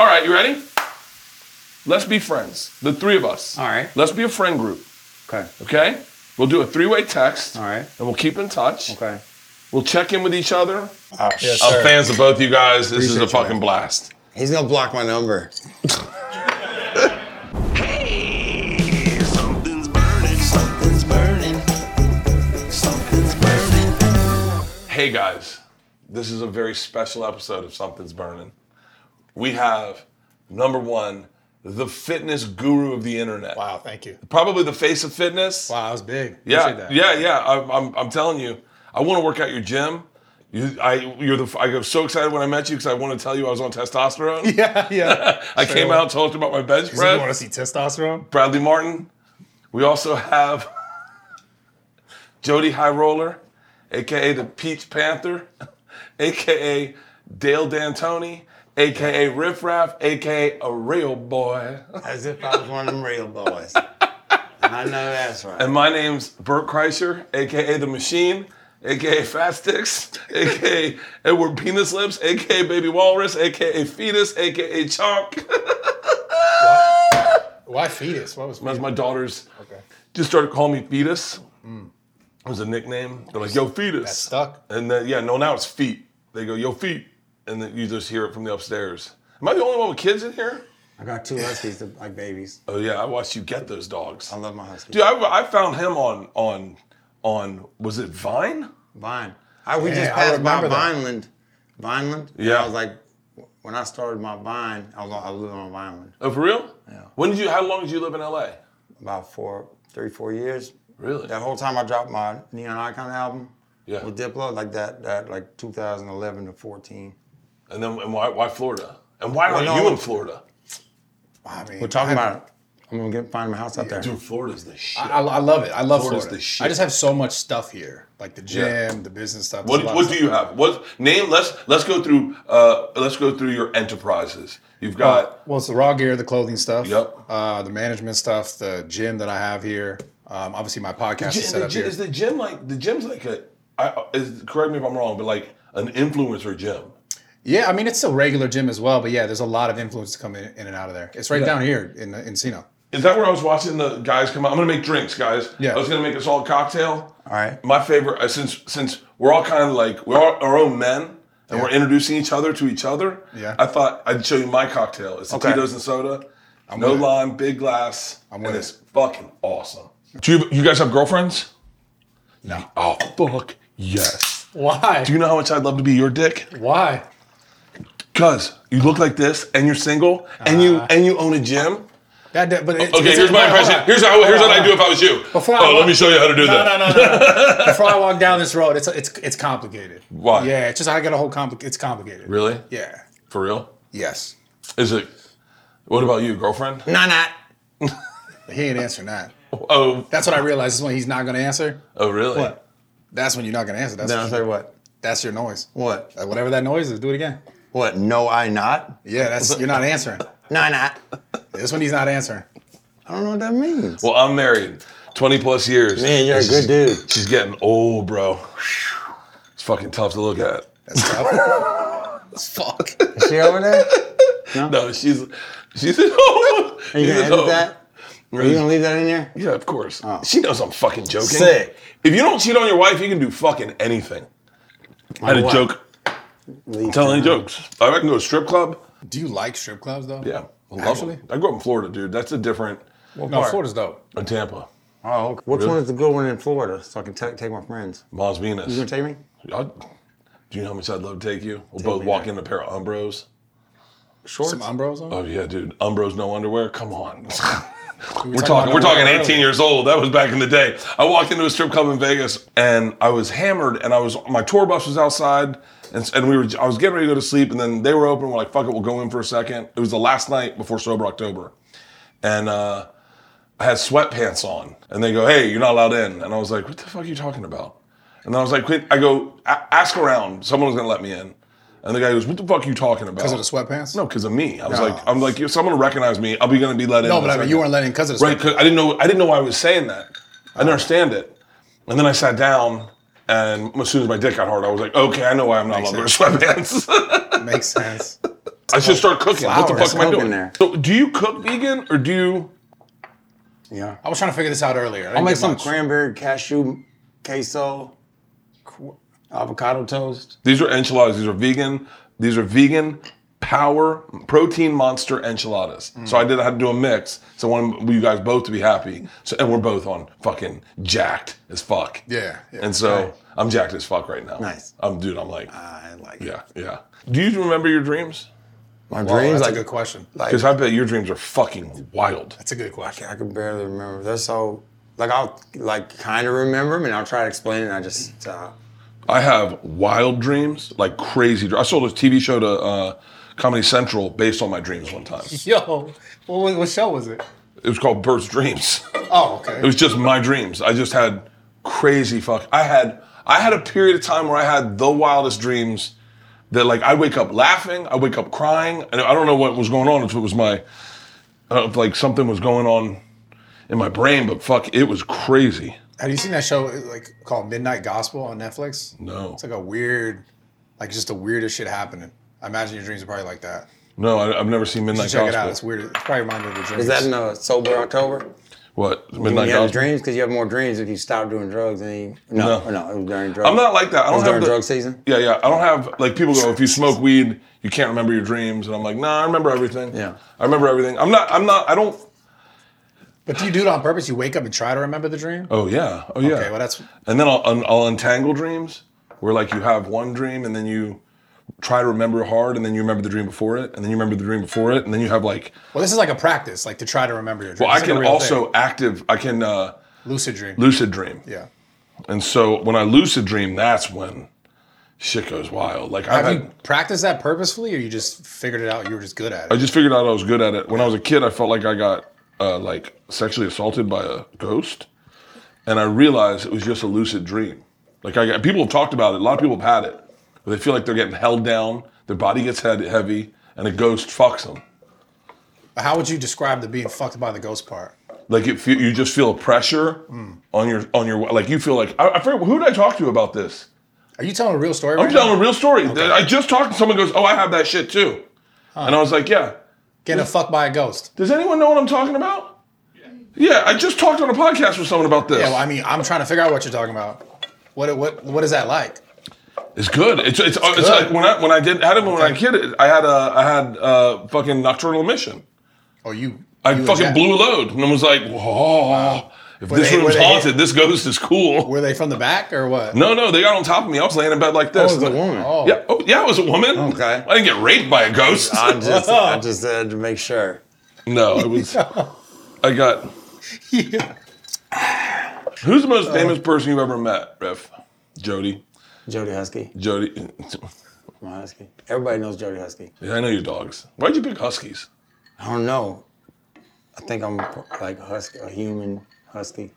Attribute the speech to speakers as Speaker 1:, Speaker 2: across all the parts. Speaker 1: All right, you ready? Let's be friends, the three of us.
Speaker 2: All right.
Speaker 1: Let's be a friend group,
Speaker 2: Okay.
Speaker 1: okay? We'll do a three-way text,
Speaker 2: All right.
Speaker 1: and we'll keep in touch.
Speaker 2: Okay.
Speaker 1: We'll check in with each other.
Speaker 3: Yes,
Speaker 1: I'm
Speaker 3: sir.
Speaker 1: fans of both you guys. This is a
Speaker 3: Appreciate you,
Speaker 1: fucking
Speaker 3: man.
Speaker 1: blast.
Speaker 4: He's gonna block my number.
Speaker 5: Hey, something's burning, something's burning, something's burning.
Speaker 1: Hey guys, this is a very special episode of Something's Burning. We have number one, the fitness guru of the internet.
Speaker 3: Wow, thank you.
Speaker 1: Probably the face of fitness.
Speaker 3: Wow, that was big. Appreciate
Speaker 1: Yeah,
Speaker 3: that.
Speaker 1: yeah, yeah. I'm, I'm, I'm telling you, I want to work out your gym. You, I, you're the. I was so excited when I met you because I want to tell you I was on testosterone.
Speaker 3: Yeah, yeah.
Speaker 1: I came out, told you about my bench
Speaker 3: Does anyone want to
Speaker 1: press.
Speaker 3: see testosterone?
Speaker 1: Bradley Martin. We also have Jody High Roller, aka the Peach Panther, aka Dale D'Antoni, aka Riff Raff, aka a real boy.
Speaker 4: As if I was one of them real boys. I know that's right.
Speaker 1: And my name's Bert Kreischer, aka The Machine, aka Fat Sticks, aka Edward Penis Lips, aka Baby Walrus, aka Fetus, aka Chonk.
Speaker 3: Why fetus? What was
Speaker 1: That's my daughter's.
Speaker 3: Okay. Mm.
Speaker 1: Just started calling me Fetus. It was a nickname. They're like, yo, Fetus.
Speaker 3: That's stuck.
Speaker 1: And then, yeah, no, now it's feet. They go, yo, feet. And then you just hear it from the upstairs. Am I the only one with kids in here?
Speaker 4: I got two huskies that like babies.
Speaker 1: Oh, yeah, I watched you get those dogs.
Speaker 4: I love my huskies.
Speaker 1: Dude, I, I found him on, on, on, was it Vine?
Speaker 4: Vine. I, we
Speaker 3: Yeah,
Speaker 4: just
Speaker 3: I
Speaker 4: passed by
Speaker 3: remember that.
Speaker 4: Vineland. Vineland. and
Speaker 1: Yeah.
Speaker 4: I was like, when I started my Vine, I was on, I lived on Vineland
Speaker 1: Oh, for real?
Speaker 4: Yeah.
Speaker 1: When did you, how long did you live in LA?
Speaker 4: about four, three, four years.
Speaker 1: Really?
Speaker 4: That whole time I dropped my Neon Icon album
Speaker 1: Yeah.
Speaker 4: with Diplo, like that, that like 2011 to 14.
Speaker 1: And then and why why Florida? And why aren't
Speaker 4: no,
Speaker 1: you in
Speaker 4: it's-
Speaker 1: Florida?
Speaker 3: I mean,
Speaker 4: We're talking
Speaker 3: I-
Speaker 4: about it. I'm gonna get find my house out there.
Speaker 1: Dude, Florida's the shit.
Speaker 3: I, I love it. I love
Speaker 1: Florida's
Speaker 3: Florida.
Speaker 1: the shit.
Speaker 3: I just have so much stuff here, like the gym,
Speaker 1: Yeah.
Speaker 3: the business stuff.
Speaker 1: what
Speaker 3: There's a lot
Speaker 1: what
Speaker 3: of
Speaker 1: do
Speaker 3: stuff.
Speaker 1: you have? What name? Let's let's go through uh let's go through your enterprises. You've got
Speaker 3: Well, it's the raw gear, the clothing stuff.
Speaker 1: Yep.
Speaker 3: Uh, the management stuff, the gym that I have here. Um, obviously, my podcast
Speaker 1: Gy-
Speaker 3: is set
Speaker 1: the
Speaker 3: up
Speaker 1: gy-
Speaker 3: here.
Speaker 1: is the gym like the gym's like a I, is, correct me if I'm wrong, but like an influencer gym.
Speaker 3: yeah, I mean it's a regular gym as well, but yeah, there's a lot of influence coming in and out of there. It's right
Speaker 1: Yeah.
Speaker 3: down here in Encino.
Speaker 1: Is that where I was watching the guys come out? I'm gonna make drinks, guys.
Speaker 3: Yeah.
Speaker 1: I was gonna make us all a cocktail.
Speaker 4: All right.
Speaker 1: My favorite uh, since since we're all kind of like we're all our own men and we're introducing each other to each other.
Speaker 3: Yeah.
Speaker 1: I thought I'd show you my cocktail. It's a
Speaker 4: Okay.
Speaker 1: Tito's and soda, no
Speaker 3: with it.
Speaker 1: lime, big glass,
Speaker 3: I'm
Speaker 1: and
Speaker 3: with
Speaker 1: it's fucking awesome. Do you you guys have girlfriends?
Speaker 3: No.
Speaker 1: Oh fuck yes.
Speaker 6: Why?
Speaker 1: Do you know how much I'd love to be your dick?
Speaker 6: Why?
Speaker 1: Cause you look like this and you're single and you and you own a gym.
Speaker 3: That, that- but it-
Speaker 1: Ah. Okay,
Speaker 3: it's-
Speaker 1: here's my
Speaker 3: hold on, hold
Speaker 1: impression.
Speaker 3: on.
Speaker 1: Here's how here's what I'd do if I was you.
Speaker 3: Before I
Speaker 1: oh, let
Speaker 3: walk-
Speaker 1: me show you how to do that.
Speaker 3: No, no, no, no, no. Before I walk down this road, it's it's it's complicated.
Speaker 1: Why?
Speaker 3: Yeah, it's just I got a whole compli It's complicated.
Speaker 1: Really?
Speaker 3: Yeah.
Speaker 1: For real?
Speaker 3: Yes.
Speaker 1: Is it? What about you, girlfriend?
Speaker 4: Nah, nah.
Speaker 3: He ain't answering that.
Speaker 1: Oh,
Speaker 3: That's what I realized. Is when he's not gonna answer.
Speaker 1: oh, really?
Speaker 3: What? That's when you're not gonna answer. That's
Speaker 4: Then I say what?
Speaker 3: that's your noise.
Speaker 4: What?
Speaker 3: Like, whatever that noise is, do it again.
Speaker 4: What? No, I not.
Speaker 3: Yeah, that's you're not answering.
Speaker 4: Nah, nah.
Speaker 3: This one he's not answering.
Speaker 4: I don't know what that means.
Speaker 1: Well, I'm married, 20 plus years.
Speaker 4: Man, you're a good dude.
Speaker 1: She's getting old, bro. It's fucking tough to look at.
Speaker 3: That's tough.
Speaker 4: Fuck. Is she over there?
Speaker 1: No, she's she's at home.
Speaker 4: Are you gonna edit that? Are you gonna leave that in there?
Speaker 1: Yeah, of course. She knows I'm fucking joking.
Speaker 4: Sick.
Speaker 1: If you don't cheat on your wife, you can do fucking anything. I had a
Speaker 4: wife.
Speaker 1: joke.
Speaker 4: Leave
Speaker 1: Tell any
Speaker 4: that.
Speaker 1: jokes. I can go to a strip club.
Speaker 3: do you like strip clubs though?
Speaker 1: Yeah, I love them.
Speaker 3: Actually?
Speaker 1: I grew up in Florida, dude. That's a different.
Speaker 3: No, Florida's dope.
Speaker 1: In Tampa,
Speaker 4: Oh, okay. Which one is the good one in Florida? So I can ta- take my friends.
Speaker 1: Mons
Speaker 4: You gonna
Speaker 1: Venus.
Speaker 4: take me?
Speaker 1: I- do you know how much I'd love to take you? We'll both walk in a pair of Umbros.
Speaker 4: Shorts. Uh,
Speaker 3: Some Umbros on.
Speaker 1: Oh yeah, dude. Umbros no underwear. Come on.
Speaker 3: We
Speaker 1: we're
Speaker 3: were
Speaker 1: talking. We're
Speaker 3: about
Speaker 1: talking
Speaker 3: underwear
Speaker 1: 18 years old. That was back in the day. I walked into a strip club in Vegas and I was hammered. And I was my tour bus was outside, and, s- and we were. I was getting ready to go to sleep, and then they were open. We're like, "Fuck it, we'll go in for a second. It was the last night before sober October, and uh, I had sweatpants on. And they go, "Hey, you're not allowed in." And I was like, "What the fuck are you talking about?" And I was like, "Quit." I go, "A- "Ask around. Someone's gonna let me in." And the guy goes, "What the fuck are you talking about?"
Speaker 3: Because of the sweatpants.
Speaker 1: No, because of me. I was like, I'm like, if someone recognize me, I'll be gonna be let in.
Speaker 3: No,
Speaker 1: in a
Speaker 3: but I mean, you
Speaker 1: second."
Speaker 3: weren't letting because of the
Speaker 1: right. 'cause I didn't know. I didn't know why I was saying that. I didn't understand it. And then I sat down, and as soon as my dick got hard, I was like, okay, I know why I'm not allowed to wear sweatpants.
Speaker 3: sweatpants. Makes sense.
Speaker 1: I should start cooking. What the
Speaker 4: Flowers,
Speaker 1: fuck am I
Speaker 4: smoke in
Speaker 1: doing?
Speaker 4: there.
Speaker 1: So, do you cook vegan or do you?
Speaker 4: Yeah.
Speaker 3: I was trying to figure this out earlier. I didn't
Speaker 4: I'll make
Speaker 3: get
Speaker 4: some
Speaker 3: much.
Speaker 4: cranberry cashew queso, qu- avocado toast.
Speaker 1: These are enchiladas. These are vegan. These are vegan power protein monster enchiladas.
Speaker 3: Mm.
Speaker 1: So I did. I had to do a mix. So I want you guys both to be happy. So and we're both on fucking jacked as fuck.
Speaker 3: Yeah, yeah.
Speaker 1: And so I'm jacked as fuck right now.
Speaker 4: Nice. Uh,
Speaker 1: I'm dude. I'm like
Speaker 4: I like it.
Speaker 1: yeah yeah. Do you remember your dreams?
Speaker 4: My
Speaker 3: Whoa,
Speaker 4: dreams,
Speaker 3: that's
Speaker 4: like
Speaker 3: a good question.
Speaker 4: like
Speaker 1: Because I bet your dreams are fucking wild.
Speaker 3: That's a good question.
Speaker 4: I can barely remember. That's so like I'll like kind of remember them and I'll try to explain it. And I just uh,
Speaker 1: I have wild dreams, like crazy. dr- I sold a TV show to uh, Comedy Central based on my dreams one time.
Speaker 3: Yo, what, was, what show was it?
Speaker 1: It was called Bird's Dreams.
Speaker 3: Oh, okay.
Speaker 1: It was just my dreams. I just had crazy fuck. I had I had a period of time where I had the wildest dreams that like I wake up laughing, I wake up crying, and I don't know what was going on. If it was my I don't know if like something was going on in my brain, but fuck, it was crazy.
Speaker 3: Have you seen that show uh, like called Midnight Gospel on Netflix?
Speaker 1: No,
Speaker 3: It's like a weird, like just the weirdest shit happening. I imagine your dreams are probably like that.
Speaker 1: no, I, I've never seen Midnight
Speaker 3: Check
Speaker 1: Gospel.
Speaker 3: it out. It's weird. It's probably reminded of your dreams.
Speaker 4: is that in the sober October?
Speaker 1: What
Speaker 4: When
Speaker 1: Midnight
Speaker 4: you have
Speaker 1: Gospel?
Speaker 4: dreams because you have more dreams if you stop doing drugs and you, no,
Speaker 1: No.
Speaker 4: no, it was during drugs.
Speaker 1: I'm not like that. I
Speaker 4: It
Speaker 1: don't
Speaker 4: was
Speaker 1: have
Speaker 4: during
Speaker 1: the,
Speaker 4: drug season.
Speaker 1: Yeah, yeah. I don't have like people go if you smoke weed, you can't remember your dreams, and I'm like, nah, I remember everything.
Speaker 4: Yeah.
Speaker 1: I remember everything. I'm not. I'm not. I don't.
Speaker 3: But do you do it on purpose? You wake up and try to remember the dream?
Speaker 1: Oh yeah. Oh yeah.
Speaker 3: Okay, well that's
Speaker 1: and then I'll un- I'll untangle dreams where like you have one dream and then you try to remember hard and then you remember the dream before it and then you remember the dream before it and then you have like
Speaker 3: well. This is like a practice, like to try to remember your dream.
Speaker 1: well I
Speaker 3: It's like a
Speaker 1: can
Speaker 3: real
Speaker 1: also
Speaker 3: thing.
Speaker 1: active I can uh,
Speaker 3: lucid dream.
Speaker 1: lucid dream
Speaker 3: yeah.
Speaker 1: and so when I lucid dream that's when shit goes wild like I've
Speaker 3: Have
Speaker 1: had,
Speaker 3: you practiced that purposefully, or you just figured it out? You were just good at
Speaker 1: I
Speaker 3: it.
Speaker 1: just figured out I was good at it when I was a kid I felt like I got uh, like sexually assaulted by a ghost and I realized it was just a lucid dream like I got, people have talked about it a lot of people have had it where they feel like they're getting held down, their body gets head heavy, and a ghost fucks them.
Speaker 3: How would you describe the being fucked by the ghost part?
Speaker 1: Like it, feel, you just feel a pressure on your on your like you feel like I, I forget who did I talk to about this.
Speaker 3: Are you telling a real story?
Speaker 1: I'm
Speaker 3: right
Speaker 1: telling
Speaker 3: now?
Speaker 1: a real story. I just talked to someone goes, oh, I have that shit too, and I was like, yeah.
Speaker 3: Getting fucked by a ghost.
Speaker 1: Does anyone know what I'm talking about? Yeah, I just talked on a podcast with someone about this.
Speaker 3: Yeah, well, I mean, I'm trying to figure out what you're talking about. What what what is that like?
Speaker 1: It's good. It's it's, it's,
Speaker 3: good.
Speaker 1: like when I when I did had it when I kid I had a I had a fucking nocturnal emission.
Speaker 3: Oh, you.
Speaker 1: I
Speaker 3: you
Speaker 1: fucking
Speaker 3: eject-
Speaker 1: blew a load and I was like, whoa. If
Speaker 3: Were
Speaker 1: this
Speaker 3: they- were
Speaker 1: room's
Speaker 3: they-
Speaker 1: haunted, this ghost is cool.
Speaker 3: Were they from the back or what?
Speaker 1: No, no, they got on top of me. I was laying in bed like
Speaker 4: That
Speaker 1: this.
Speaker 4: was a woman.
Speaker 3: Oh,
Speaker 1: Yeah, oh, yeah, it was a woman.
Speaker 4: Okay.
Speaker 1: I didn't get raped by a ghost.
Speaker 4: I just, I just said to make sure.
Speaker 1: no, it was. I got. Who's the
Speaker 3: Oh.
Speaker 1: most famous person you've ever met, Ref? Jody.
Speaker 4: Jody Husky,
Speaker 1: Jody.
Speaker 4: my Husky. Everybody knows Jody Husky.
Speaker 1: Yeah, I know your dogs. Why'd you pick huskies?
Speaker 4: I don't know. I think I'm like husky, a human husky.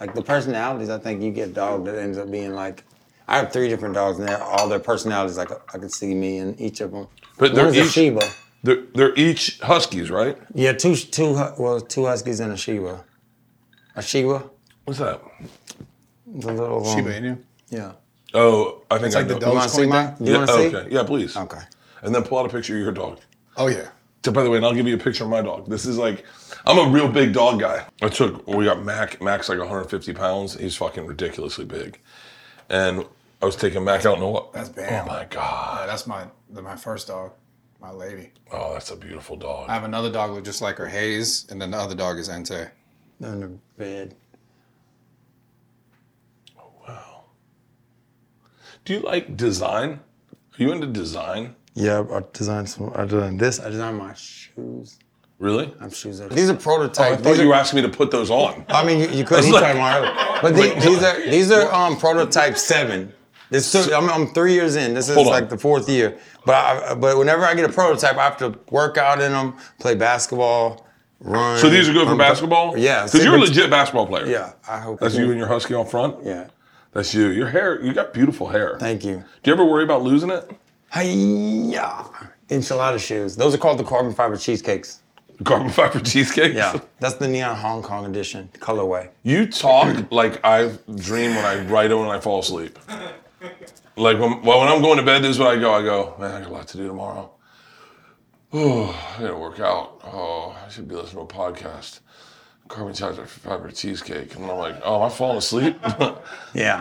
Speaker 4: Like the personalities, I think you get a dog that ends up being like. I have three different dogs, and they're all their personalities. Like I can see me in each of them.
Speaker 1: But
Speaker 4: One
Speaker 1: they're
Speaker 4: is a
Speaker 1: each-
Speaker 4: Sheba.
Speaker 1: They're, they're each huskies, right?
Speaker 4: Yeah, two two hu- well two huskies and a Sheba. A Sheba,
Speaker 1: What's that?
Speaker 4: the little um,
Speaker 3: Shiba Inu.
Speaker 4: Yeah.
Speaker 1: Oh, I think I know.
Speaker 3: like the
Speaker 4: You
Speaker 3: dog-
Speaker 4: want to see
Speaker 3: Coin
Speaker 4: mine? You
Speaker 1: yeah,
Speaker 4: want to see?
Speaker 1: okay. Yeah, please.
Speaker 4: Okay.
Speaker 1: And then pull out a picture of your dog.
Speaker 3: Oh yeah.
Speaker 1: So, by the way, and I'll give you a picture of my dog. This is like, I'm a real big dog guy. I took, we got Mac. Mac's like 150 pounds. He's fucking ridiculously big. And I was taking Mac out in the walk. That's
Speaker 3: Bam.
Speaker 1: Oh my God.
Speaker 3: Uh, that's my the- my first dog, my lady.
Speaker 1: Oh, that's a beautiful dog.
Speaker 3: I have another dog that looks just like her, Hayes, and then the other dog is Ente.
Speaker 4: On the bed.
Speaker 1: Do you like design? Are you into design?
Speaker 4: Yeah, I designed some. I designed this. I designed my shoes.
Speaker 1: Really?
Speaker 4: I'm shoes. Are, Oh, these are
Speaker 1: I
Speaker 4: prototypes.
Speaker 1: thought you were asking me to put those on.
Speaker 4: I mean, you, you could.
Speaker 1: It's
Speaker 4: He
Speaker 1: like-
Speaker 4: tried mine earlier. But the- these are these are um, prototype seven. This took, I'm, I'm three years in. This is
Speaker 1: Hold on.
Speaker 4: like the fourth year. But I, but whenever I get a prototype, I have to work out in them, play basketball, run.
Speaker 1: So these are good for
Speaker 4: I'm-
Speaker 1: basketball?
Speaker 4: Yeah,
Speaker 1: Because you're a
Speaker 4: but-
Speaker 1: legit basketball player.
Speaker 4: Yeah, I hope.
Speaker 1: That's you and your husky on front?
Speaker 4: Yeah,
Speaker 1: That's you. Your hair, you got beautiful hair.
Speaker 4: thank you.
Speaker 1: Do you ever worry about losing it?
Speaker 4: Hiya, enchilada shoes. Those are called the carbon fiber cheesecakes.
Speaker 1: Carbon fiber cheesecake?
Speaker 4: Yeah, that's the neon Hong Kong edition colorway.
Speaker 1: You talk like I dream when I write it when I fall asleep. Like when well, when I'm going to bed, this is what I go. I go, man, I got a lot to do tomorrow. I didn't work out. Oh, I should be listening to a podcast. Carbon fiber, fiber cheesecake. And I'm like, oh, am I falling asleep?
Speaker 4: Yeah.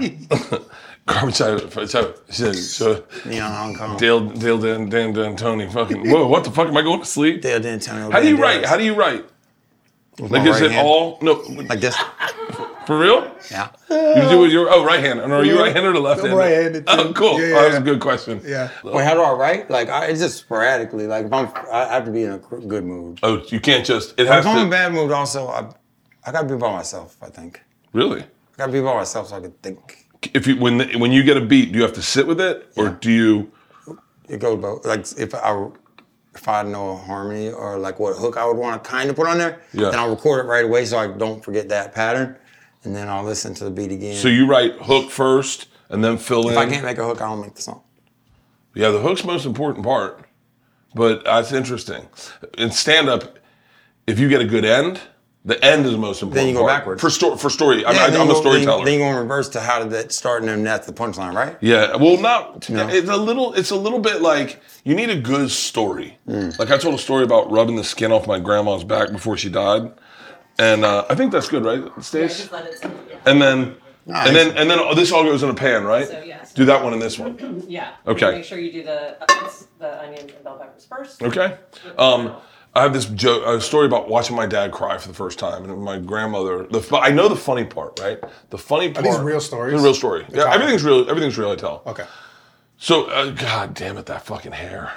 Speaker 1: Carbon fiber, fiber. She said, so
Speaker 4: Neon Hong Kong. Dale,
Speaker 1: Dale, Dale, Dan, Dan, Dan, Tony, fucking, whoa, what the fuck? Am I going to sleep?
Speaker 4: Dale D'Antonio.
Speaker 1: How do you write? How do you write? Like, is it all, no,
Speaker 4: Like this.
Speaker 1: for real?
Speaker 4: Yeah.
Speaker 1: You do it your, oh, right hand. And are you right handed or left handed?
Speaker 3: right-handed, too.
Speaker 1: Oh, cool.
Speaker 3: Yeah,
Speaker 1: Oh, that's
Speaker 3: yeah.
Speaker 1: a good question.
Speaker 3: Yeah.
Speaker 4: Wait, how do I write? Like, I, it's just sporadically. Like, if I'm, I have to be in a cr- good mood.
Speaker 1: Oh, you can't just, it has
Speaker 4: If I'm in a
Speaker 1: to,
Speaker 4: bad mood, also, I, I gotta be by myself. I think
Speaker 1: really?
Speaker 4: I gotta be by myself so I can think.
Speaker 1: If you, when, the, when you get a beat, do you have to sit with it or do you,
Speaker 4: It goes both. Like, if I if I know a harmony or like what hook I would want to kind of put on there,
Speaker 1: Yeah.
Speaker 4: then I'll record it right away so I don't forget that pattern, and then I'll listen to the beat again.
Speaker 1: so you write hook first and then fill in?
Speaker 4: if I can't make a hook, I don't make the song.
Speaker 1: Yeah, the hook's the most important part, but that's interesting. In stand up, if you get a good end, the end is the most important.
Speaker 4: you go
Speaker 1: part.
Speaker 4: backwards.
Speaker 1: for sto- for story. I,
Speaker 4: Yeah,
Speaker 1: I,
Speaker 4: then
Speaker 1: I'm
Speaker 4: you
Speaker 1: a
Speaker 4: go- then you-
Speaker 1: storyteller.
Speaker 4: Then you go in reverse to how did that start, and then that's the punchline, right?
Speaker 1: yeah, well, not
Speaker 4: No.
Speaker 1: it's a little. It's a little bit like you need a good story.
Speaker 4: Mm.
Speaker 1: Like I told a story about rubbing the skin off my grandma's back before she died, and uh, I think that's good, right, Stace?
Speaker 2: Just let it sit.
Speaker 1: And then.
Speaker 4: Nice.
Speaker 1: And then, and then oh, this all goes in a pan, right?
Speaker 2: So, yes.
Speaker 1: Do that one and this one.
Speaker 2: Yeah.
Speaker 1: Okay.
Speaker 2: Make sure you do the uh, the onions and bell peppers first.
Speaker 1: Okay. Um, I have this joke, a story about watching my dad cry for the first time, and my grandmother. The fu- I know the funny part, right? The funny part.
Speaker 3: these real stories?
Speaker 1: It's a real story. Yeah, everything's real. Everything's real. I tell.
Speaker 3: Okay.
Speaker 1: So, uh, God damn it, that fucking hair.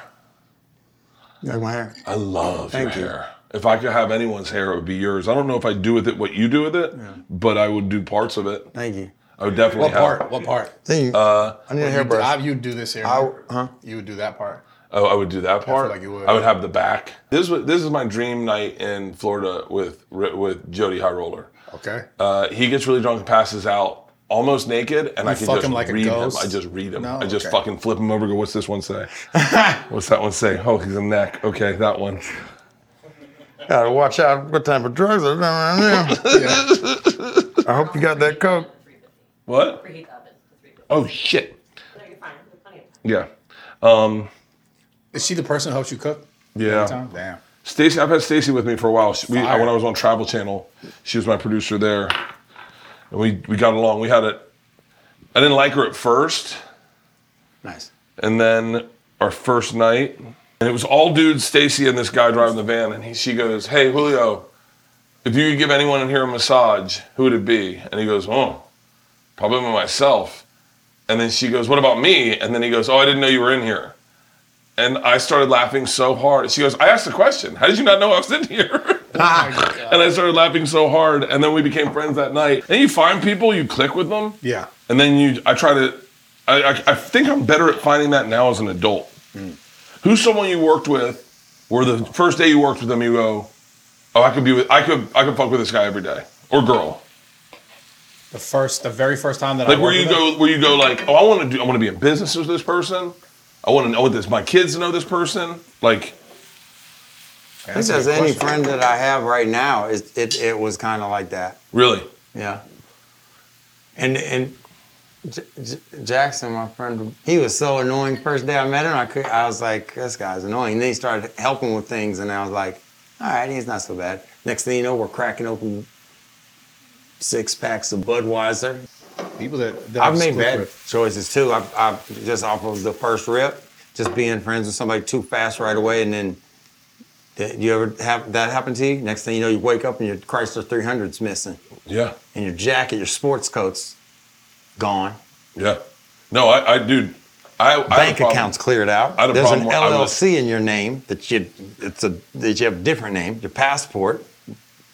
Speaker 4: You like my hair?
Speaker 1: I love
Speaker 4: Thank you.
Speaker 1: your hair. If I could have anyone's hair, it would be yours. I don't know if I do with it what you do with it, but I would do parts of it.
Speaker 4: Thank you.
Speaker 1: I would definitely
Speaker 3: What
Speaker 1: have.
Speaker 3: part? What part?
Speaker 4: Thank you. Uh, I need a
Speaker 3: You, I,
Speaker 4: hairbrush.
Speaker 3: you do this here.
Speaker 4: huh?
Speaker 3: You would do that part.
Speaker 1: Oh, I would do that part.
Speaker 3: like you would.
Speaker 1: I would have the back. This was this is my dream night in Florida with with Jody High Roller.
Speaker 3: Okay.
Speaker 1: Uh, he gets really drunk and passes out almost naked, and I can
Speaker 3: fuck
Speaker 1: just
Speaker 3: him like a
Speaker 1: read
Speaker 3: ghost?
Speaker 1: him. I just read him.
Speaker 3: No,
Speaker 1: I just
Speaker 3: okay.
Speaker 1: fucking flip him over. Go, what's this one say? what's that one say? Oh, he's a neck. Okay, that one.
Speaker 4: Gotta watch out what type of drugs are around here.
Speaker 3: Yeah.
Speaker 4: I hope you got that coke.
Speaker 1: What?
Speaker 2: Preheat the oven to 350.
Speaker 1: Oh shit.
Speaker 2: No, you're fine. There's plenty of time.
Speaker 1: Yeah. Um,
Speaker 3: Is she the person who helps you cook? every
Speaker 1: yeah.
Speaker 3: time? Damn.
Speaker 1: Stacy, I've had Stacy with me for a while. She- We,
Speaker 3: Fire.
Speaker 1: when I was on Travel Channel, she was my producer there, and we we got along. We had it. I didn't like her at first.
Speaker 4: Nice.
Speaker 1: and then our first night, and it was all dudes, Stacy and this guy driving the van, and he, she goes, "Hey Julio, if you could give anyone in here a massage, who would it be?" And he goes, "Oh, probably myself." And then she goes, "What about me?" And then he goes, "Oh, I didn't know you were in here." And I started laughing so hard. She goes, "I asked the question. How did you not know I was in here?"
Speaker 3: Oh Ah.
Speaker 1: and I started laughing so hard, and then we became friends that night. And you find people, you click with them,
Speaker 3: Yeah.
Speaker 1: and then you i try to I, I, I think i'm better at finding that now as an adult
Speaker 4: Hmm.
Speaker 1: who's someone you worked with where the first day you worked with them you go oh i could be with i could i could fuck with this guy every day or girl
Speaker 3: The first, the very first time that I
Speaker 1: like where
Speaker 3: worked
Speaker 1: you
Speaker 3: with her-
Speaker 1: go where you go like oh i want to do i want to be in business with this person i want to know this my kids to know this person like
Speaker 4: I
Speaker 3: Yeah,
Speaker 4: think
Speaker 3: that's a
Speaker 4: that's
Speaker 3: good
Speaker 4: any
Speaker 3: question.
Speaker 4: friend that I have right now. It it, it was kind of like that.
Speaker 1: really
Speaker 4: Yeah. And and J- J- Jackson, my friend, he was so annoying. First day I met him, I could I was like, this guy's annoying. then he started helping with things, and I was like, all right, he's not so bad. Next thing you know, we're cracking open six packs of Budweiser.
Speaker 3: People that, that
Speaker 4: I've made
Speaker 3: split
Speaker 4: bad
Speaker 3: with.
Speaker 4: choices too. I've, I've just off of the first rip, just being friends with somebody too fast right away, and then did you ever have that happen to you? Next thing you know, you wake up and your Chrysler 300's missing,
Speaker 1: yeah
Speaker 4: and your jacket, your sports coats, gone.
Speaker 1: yeah no i i dude i I have a
Speaker 4: Bank
Speaker 1: problem.
Speaker 4: accounts cleared out.
Speaker 1: I had a
Speaker 4: There's an
Speaker 1: problem with- I was-
Speaker 4: LLC in your name that you it's a that you have a different name. Your passport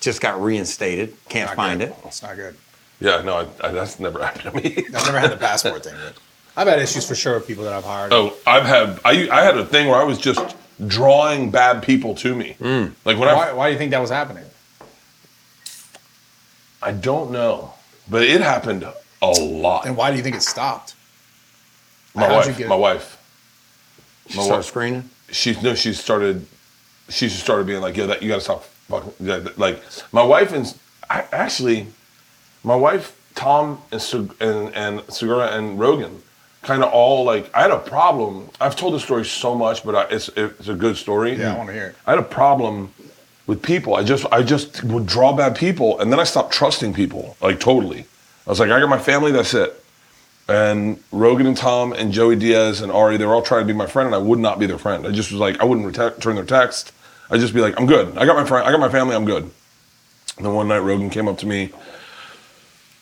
Speaker 4: just got reinstated. Can't
Speaker 3: Not
Speaker 4: find
Speaker 3: good.
Speaker 4: it.
Speaker 3: It's not good.
Speaker 1: yeah no I, I, that's never happened to me
Speaker 3: I've never had the passport thing. But I've had issues for sure with people that I've hired.
Speaker 1: Oh, I've had I I had a thing where I was just drawing bad people to me. Like when
Speaker 3: Why, why do you think that was happening?
Speaker 1: I I don't know, but it happened a lot.
Speaker 3: And why do you think it stopped?
Speaker 1: my
Speaker 3: how'd you
Speaker 1: wife,
Speaker 3: get-
Speaker 1: my wife,
Speaker 4: She
Speaker 1: My
Speaker 4: started
Speaker 1: wife-
Speaker 4: screening.
Speaker 1: she no, she started, she just started being like, yo, that you gotta stop fucking. yeah, that- Like my wife and I actually, my wife Tom and Seg- and, and Segura and Rogan kind of all like I had a problem. I've told this story so much, but I, it's it's a good story.
Speaker 3: Yeah, I wanna hear it.
Speaker 1: I had a problem with people. I just I just would draw bad people, and then I stopped trusting people like totally. I was like, I got my family. That's it. And Rogan and Tom and Joey Diaz and Ari, they were all trying to be my friend, and I would not be their friend. I just was like, I wouldn't reta- return their text. I'd just be like, I'm good. I got my friend. I got my family. I'm good. And then one night, Rogan came up to me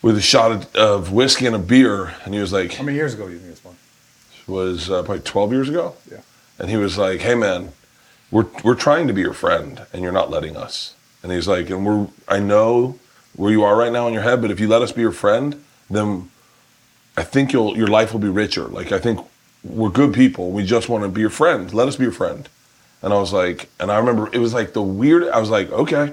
Speaker 1: with a shot of- of whiskey and a beer, and he was like,
Speaker 3: How many years ago do you think this one?
Speaker 1: was uh, probably 12 years ago.
Speaker 3: Yeah.
Speaker 1: And he was like, "Hey man, we're we're trying to be your friend, and you're not letting us." And he's like, "And we're I know where you are right now in your head, but if you let us be your friend, then I think you'll your life will be richer. Like I think we're good people. We just want to be your friend. Let us be your friend." And I was like, and I remember it was like the weird. I was like, okay.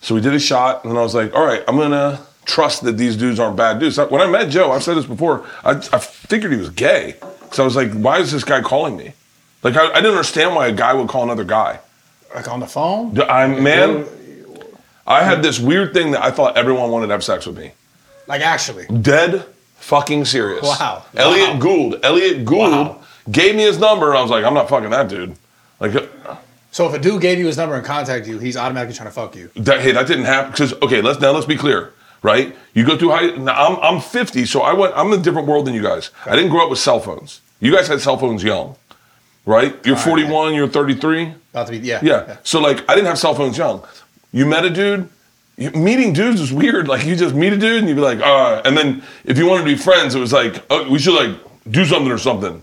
Speaker 1: So we did a shot, and then I was like, all right, I'm gonna trust that these dudes aren't bad dudes. When I met Joe, I've said this before, I, I figured he was gay. So I was like, why is this guy calling me? Like, I, I didn't understand why a guy would call another guy.
Speaker 3: Like on the phone?
Speaker 1: D- I'm, man, I had this weird thing that I thought everyone wanted to have sex with me.
Speaker 3: Like actually.
Speaker 1: Dead fucking serious.
Speaker 3: Wow.
Speaker 1: Elliot
Speaker 3: Wow.
Speaker 1: Gould, Elliot Gould
Speaker 3: Wow.
Speaker 1: gave me his number, and I was like, I'm not fucking that dude. Like,
Speaker 3: So if a dude gave you his number and contacted you, he's automatically trying to fuck you.
Speaker 1: that hey that didn't happen because okay let's now let's be clear right you go through high now I'm, I'm 50 so i went i'm in a different world than you guys i didn't grow up with cell phones you guys had cell phones young right you're 41 you're 33
Speaker 3: About to be yeah.
Speaker 1: yeah so like i didn't have cell phones young you met a dude you, meeting dudes is weird like you just meet a dude and you'd be like uh and then if you wanted to be friends it was like oh, we should like do something or something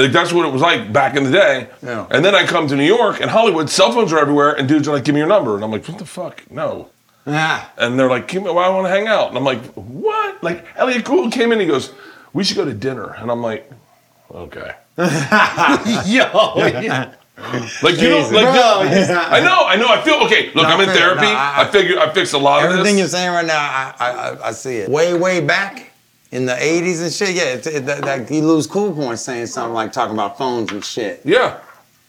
Speaker 1: like that's what it was like back in the day.
Speaker 4: Yeah.
Speaker 1: And then I come to New York and Hollywood, cell phones are everywhere, and dudes are like, "Give me your number," and I'm like, "What the fuck? No."
Speaker 4: Ah.
Speaker 1: And they're like, "Give me, "Why I want to hang out?" And I'm like, "What?" Like Elliot Gould came in, he goes, "We should go to dinner," and I'm like, "Okay."
Speaker 3: Yo.
Speaker 1: Like you don't like.
Speaker 4: Bro, yeah.
Speaker 1: I know, I know. I feel okay. Look, I'm in
Speaker 4: fair.
Speaker 1: therapy.
Speaker 4: No, I-
Speaker 1: I, figure I fixed a lot of
Speaker 4: Everything
Speaker 1: this.
Speaker 4: you're saying right now, I, I, I, I see it. Way, way back in the 80s and shit, yeah, it, it, that, that, you lose cool points saying something like talking about phones and shit.
Speaker 1: yeah,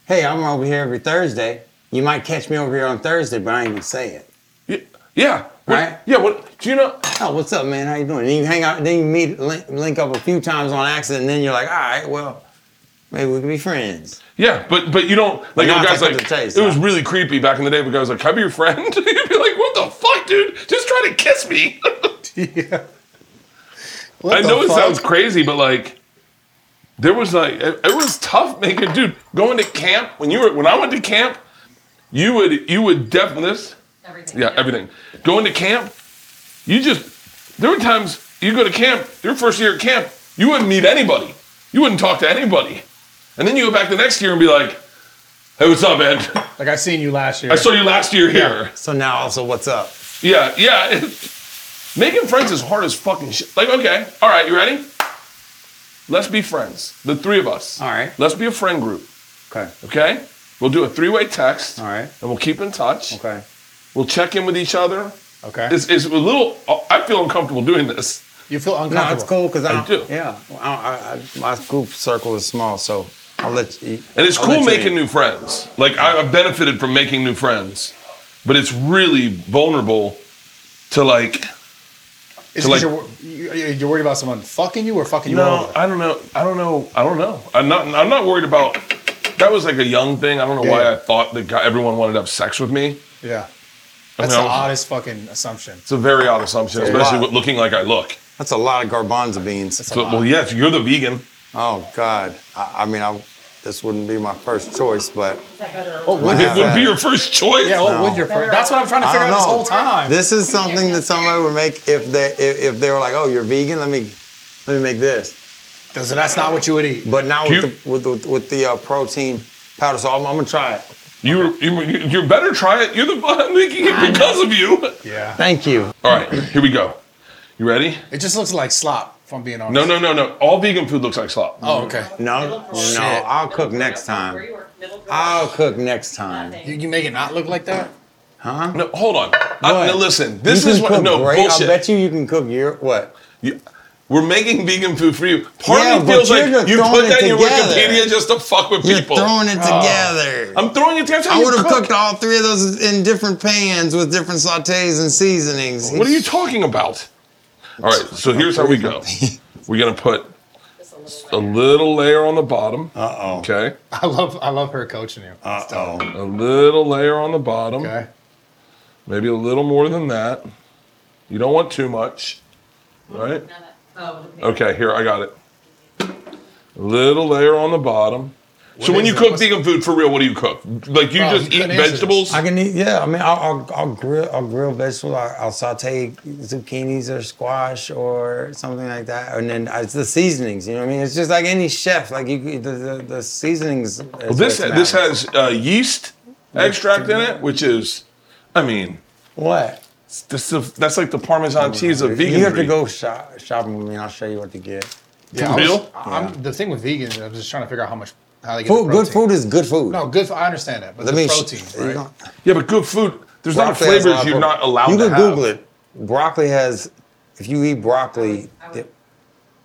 Speaker 4: Hey, I'm over here every Thursday. You might catch me over here on Thursday, but I ain't gonna say it.
Speaker 1: yeah, yeah. What-
Speaker 4: Right?
Speaker 1: Yeah. What do you know?
Speaker 4: Oh, what's up, man? How you doing? Then you hang out, then you meet, link, link up a few times on accident, and then you're like, all right, well, maybe we can be friends.
Speaker 1: Yeah, but but you don't like
Speaker 4: You're
Speaker 1: a
Speaker 4: not
Speaker 1: guys
Speaker 4: taking
Speaker 1: like
Speaker 4: the taste,
Speaker 1: it was
Speaker 4: huh?
Speaker 1: really creepy back in the day. But guys like, "Can I be your friend?" You'd be like, "What the fuck, dude? Just try to kiss me."
Speaker 3: yeah.
Speaker 1: I know it sounds crazy, but like, there was like it, it was tough making dude going to camp when you were when I went to camp, you would you would definitely this
Speaker 2: Everything.
Speaker 1: yeah everything going to camp, you just there were times you go to camp your first year at camp you wouldn't meet anybody you wouldn't talk to anybody, and then you go back the next year and be like, "Hey, what's up, man?"
Speaker 3: Like I seen you last year.
Speaker 1: I saw you last year here.
Speaker 4: So now, also, what's up?
Speaker 1: Yeah, yeah. Making friends is hard as fucking shit. Like, okay, all right, you ready? Let's be friends, the three of us.
Speaker 4: All right.
Speaker 1: Let's be a friend group.
Speaker 4: Okay,
Speaker 1: Okay. We'll do a three-way text.
Speaker 4: all right,
Speaker 1: And we'll keep in touch.
Speaker 4: okay.
Speaker 1: We'll check in with each other.
Speaker 3: Okay.
Speaker 1: It's, it's a little. I feel uncomfortable doing this.
Speaker 3: you feel
Speaker 4: No,
Speaker 3: uncomfortable.
Speaker 4: it's cool because I,
Speaker 1: I do.
Speaker 4: Yeah, I, I, I, my group circle is small, so I'll let you.
Speaker 1: And it's
Speaker 4: I'll
Speaker 1: cool
Speaker 4: let you
Speaker 1: making
Speaker 4: in.
Speaker 1: new friends. Like I- I've benefited from making new friends, but it's really vulnerable to like.
Speaker 3: It's
Speaker 1: So,
Speaker 3: 'cause
Speaker 1: like-
Speaker 3: you're, wor- you- you- you're worried about someone fucking you or fucking you
Speaker 1: No,
Speaker 3: over.
Speaker 1: I don't know. I don't know. I don't know. I'm not. I'm not worried about. That was like a young thing. I don't know
Speaker 3: Yeah,
Speaker 1: why
Speaker 3: yeah.
Speaker 1: I thought that guy, everyone wanted to have sex with me.
Speaker 3: yeah.
Speaker 1: I
Speaker 3: That's
Speaker 1: mean,
Speaker 3: the
Speaker 1: I was-
Speaker 3: oddest fucking assumption.
Speaker 1: It's a very odd assumption,
Speaker 4: It's a
Speaker 1: especially
Speaker 4: lot.
Speaker 1: with looking like I look.
Speaker 4: That's a lot of garbanzo beans.
Speaker 3: That's a
Speaker 1: So,
Speaker 3: lot.
Speaker 1: well, yes, you're the vegan.
Speaker 4: Oh God, I, I mean, I, this wouldn't be my first choice, but
Speaker 2: Is that better?
Speaker 3: Oh, what-
Speaker 1: Like, it
Speaker 4: have
Speaker 1: would be
Speaker 4: that.
Speaker 1: your first choice.
Speaker 3: yeah, what
Speaker 4: No.
Speaker 3: would your first? That's what I'm trying to
Speaker 4: I
Speaker 3: figure
Speaker 4: don't
Speaker 3: out this
Speaker 4: know.
Speaker 3: whole time.
Speaker 4: This is something that somebody would make if they if, if they were like, oh, you're vegan. Let me let me make this.
Speaker 3: Does- that's not what you would eat.
Speaker 4: But now
Speaker 1: Do you-
Speaker 4: with, the, with with with the uh, protein powder, so I'm, I'm gonna try it.
Speaker 1: You, you, you better try it. You're the. I'm making it because of you.
Speaker 3: Yeah.
Speaker 4: Thank you.
Speaker 1: All right, here we go. You ready?
Speaker 3: It just looks like slop, if I'm being honest.
Speaker 1: No, no, no, no. All vegan food looks like slop.
Speaker 4: Uh-huh.
Speaker 3: Oh, okay.
Speaker 4: No, no, I'll cook next
Speaker 2: Where
Speaker 4: time.
Speaker 2: you work, middle grade,
Speaker 4: I'll cook next time.
Speaker 2: nothing.
Speaker 3: You, you make it not look like that?
Speaker 1: No, hold on. I,
Speaker 4: What?
Speaker 1: no, listen. This
Speaker 4: You
Speaker 1: is
Speaker 4: can
Speaker 1: what.
Speaker 4: cook
Speaker 1: No
Speaker 4: great.
Speaker 1: bullshit.
Speaker 4: I bet you you can cook your what?
Speaker 1: You- we're making vegan food for you. Part
Speaker 4: Yeah,
Speaker 1: of me
Speaker 4: but
Speaker 1: feels
Speaker 4: you're
Speaker 1: like
Speaker 4: just
Speaker 1: you
Speaker 4: throwing
Speaker 1: put
Speaker 4: it
Speaker 1: that in your
Speaker 4: together.
Speaker 1: Wikipedia just to fuck with people.
Speaker 4: You're throwing it together.
Speaker 1: I'm throwing it together. That's how
Speaker 4: Oh. I
Speaker 1: you
Speaker 4: would have
Speaker 1: cook.
Speaker 4: cooked all three of those in different pans with different sautés and seasonings.
Speaker 1: What are you talking about? All right, so here's how we go. We're gonna put
Speaker 2: Just a little
Speaker 1: a little layer on the bottom.
Speaker 4: Uh oh.
Speaker 1: Okay.
Speaker 3: I love I love her coaching you.
Speaker 4: Uh oh.
Speaker 1: A little layer on the bottom.
Speaker 4: Um,
Speaker 3: Okay.
Speaker 1: Maybe a little more than that. You don't want too much. Right?
Speaker 2: Now that- Oh, with the paper.
Speaker 1: Okay, here, I got it. A little layer on the bottom. so
Speaker 3: What
Speaker 1: when
Speaker 3: is
Speaker 1: you
Speaker 3: it?
Speaker 1: cook
Speaker 3: What's-
Speaker 1: vegan food for real, what do you cook? Like you
Speaker 3: Bro,
Speaker 1: just
Speaker 3: you
Speaker 1: eat
Speaker 3: couldn't answer this.
Speaker 1: vegetables?
Speaker 4: I can eat. Yeah, I mean, I'll, I'll, I'll grill, I'll grill vegetables. I'll, I'll saute zucchinis or squash or something like that. And then it's the seasonings. You know what I mean? It's just like any chef. Like you, the the, the seasonings.
Speaker 1: Well, this this has uh, yeast extract in it, which is, I mean,
Speaker 4: what?
Speaker 1: this is, that's like the Parmesan cheese of vegan.
Speaker 4: Oh, You have to go shop, shopping with me. and I'll show you what to get.
Speaker 3: Yeah, I was-
Speaker 1: real?
Speaker 3: I'm, the thing with vegans, I'm just trying to figure out how much how they get the
Speaker 4: Food, good
Speaker 3: protein.
Speaker 4: food is good food.
Speaker 3: No, good. For, I understand that, but
Speaker 4: Let
Speaker 3: the
Speaker 4: me.
Speaker 3: protein,
Speaker 4: sh- you
Speaker 3: right?
Speaker 4: don't-
Speaker 1: Yeah, but good food. There's not
Speaker 4: Broccoli has a lot
Speaker 1: flavors
Speaker 4: of
Speaker 1: you're
Speaker 4: protein.
Speaker 1: not allowed
Speaker 4: You
Speaker 1: to
Speaker 4: can
Speaker 1: have.
Speaker 4: Google it. Broccoli has. If you eat broccoli,
Speaker 2: I would-
Speaker 4: it-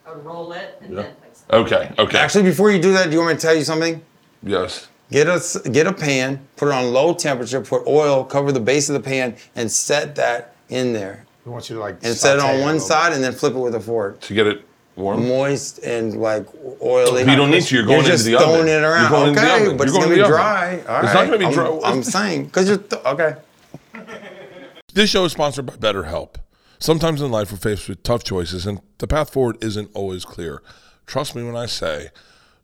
Speaker 2: I would roll it and
Speaker 1: Yeah.
Speaker 2: then place it.
Speaker 1: Okay. Okay.
Speaker 4: actually, before you do that, do you want me to tell you something?
Speaker 1: yes.
Speaker 4: Get a s- get a pan, put it on low temperature, put oil, cover the base of the pan, and set that in there.
Speaker 3: We want you to like
Speaker 4: And set it
Speaker 3: saute a
Speaker 4: on one
Speaker 3: little
Speaker 4: side, and then flip it with a fork.
Speaker 1: To get it warm.
Speaker 4: Moist and like oily.
Speaker 1: You don't need to. You're going into
Speaker 4: just
Speaker 1: the oven.
Speaker 4: throwing it around.
Speaker 1: You're going into the
Speaker 4: okay,
Speaker 1: oven.
Speaker 4: but
Speaker 1: You're
Speaker 4: it's gonna
Speaker 1: going
Speaker 4: be
Speaker 1: into the
Speaker 4: dry.
Speaker 1: oven.
Speaker 4: All
Speaker 1: It's not
Speaker 4: right.
Speaker 1: gonna be dry.
Speaker 4: I'm, I'm saying because you're th- okay.
Speaker 1: This show is sponsored by BetterHelp. Sometimes in life we're faced with tough choices and the path forward isn't always clear. Trust me when I say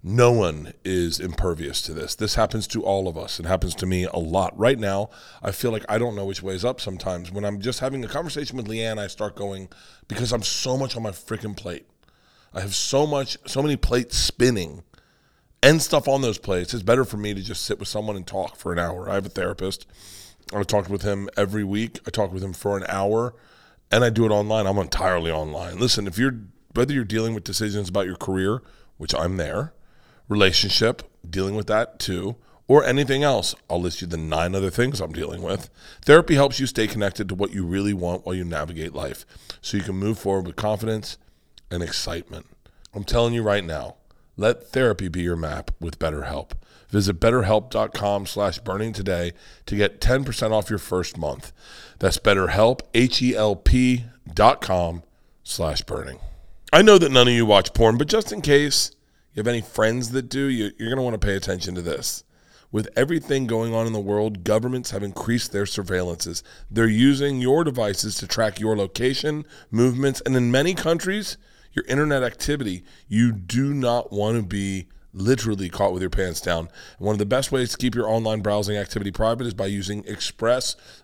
Speaker 1: no one is impervious to this. This happens to all of us. It happens to me a lot. Right now, I feel like I don't know which way's up sometimes. When I'm just having a conversation with Leanne, I start going because I'm so much on my freaking plate. I have so much, so many plates spinning and stuff on those plates. It's better for me to just sit with someone and talk for an hour. I have a therapist. I talk with him every week. I talk with him for an hour, and I do it online. I'm entirely online. Listen, if you're whether you're dealing with decisions about your career, which I'm there, relationship, dealing with that too, or anything else, I'll list you the nine other things I'm dealing with. Therapy helps you stay connected to what you really want while you navigate life, so you can move forward with confidence and excitement. I'm telling you right now, let therapy be your map with BetterHelp. Visit betterhelp.com slash burning today to get 10% off your first month. That's betterhelp, H-E-L-P dot com slash burning. I know that none of you watch porn, but just in case you have any friends that do, you, you're going to want to pay attention to this. With everything going on in the world, governments have increased their surveillances. They're using your devices to track your location, movements, and in many countries, your internet activity. You do not want to be literally caught with your pants down. And one of the best ways to keep your online browsing activity private is by using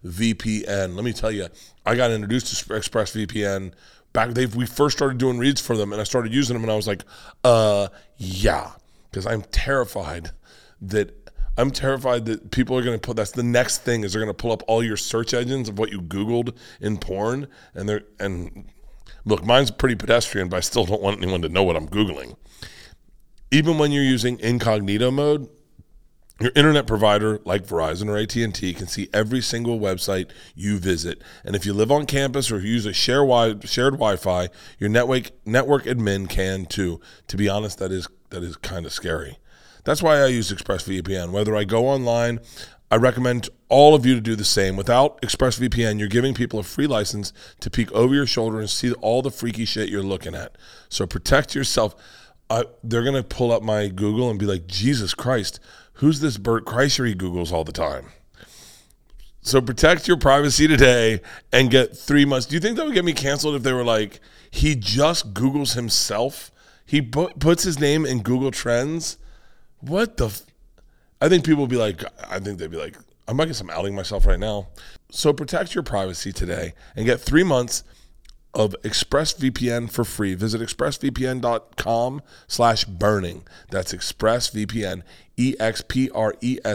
Speaker 1: ExpressVPN. Let me tell you, I got introduced to ExpressVPN back they we first started doing reads for them and I started using them and I was like, uh yeah, because I'm terrified that I'm terrified that people are going to put that's the next thing is they're going to pull up all your search engines of what you googled in porn and they're and look, mine's pretty pedestrian, but I still don't want anyone to know what I'm googling. Even when you're using incognito mode, your internet provider like Verizon or AT&T can see every single website you visit. And if you live on campus or use a share wi- shared Wi-Fi, your network network admin can too. To be honest, that is that is kind of scary. That's why I use ExpressVPN. Whether I go online, I recommend all of you to do the same. Without ExpressVPN, you're giving people a free license to peek over your shoulder and see all the freaky shit you're looking at. So protect yourself. I, they're gonna pull up my Google and be like, Jesus Christ, who's this Bert Kreischer he Googles all the time? So protect your privacy today and get three months. Do you think that would get me canceled if they were like, he just Googles himself? He bu- puts his name in Google Trends? What the? F- I think people would be like, I think they'd be like, I might guess I'm outing myself right now. So protect your privacy today and get three months of ExpressVPN for free. Visit expressvpn.com slash burning. That's expressvpn, E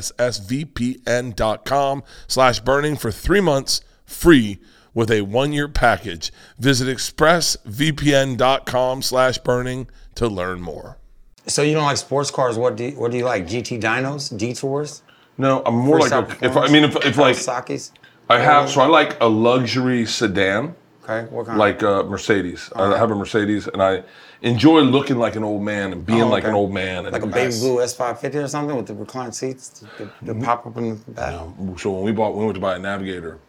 Speaker 1: E-X-P-R-E-S-S-V-P-N dot com slash burning for three months free with a one-year package. Visit expressvpn.com slash burning to learn more.
Speaker 4: So you don't like sports cars? What do you, what do you like? GT Dinos, detours,
Speaker 1: No, I'm more
Speaker 4: Freestyle
Speaker 1: like, a, if I I mean, if, if like,
Speaker 4: Kawasaki's.
Speaker 1: I have, so I like a luxury sedan.
Speaker 4: Okay, what kind?
Speaker 1: like uh, a Mercedes. I have a Mercedes, and I enjoy looking like an old man and being
Speaker 4: Oh,
Speaker 1: like
Speaker 4: okay.
Speaker 1: an old man. And
Speaker 4: like a baby blue S550 or something with the reclined seats, the, the
Speaker 1: Mm-hmm.
Speaker 4: pop up in the back.
Speaker 1: So when we bought, we went to buy a Navigator.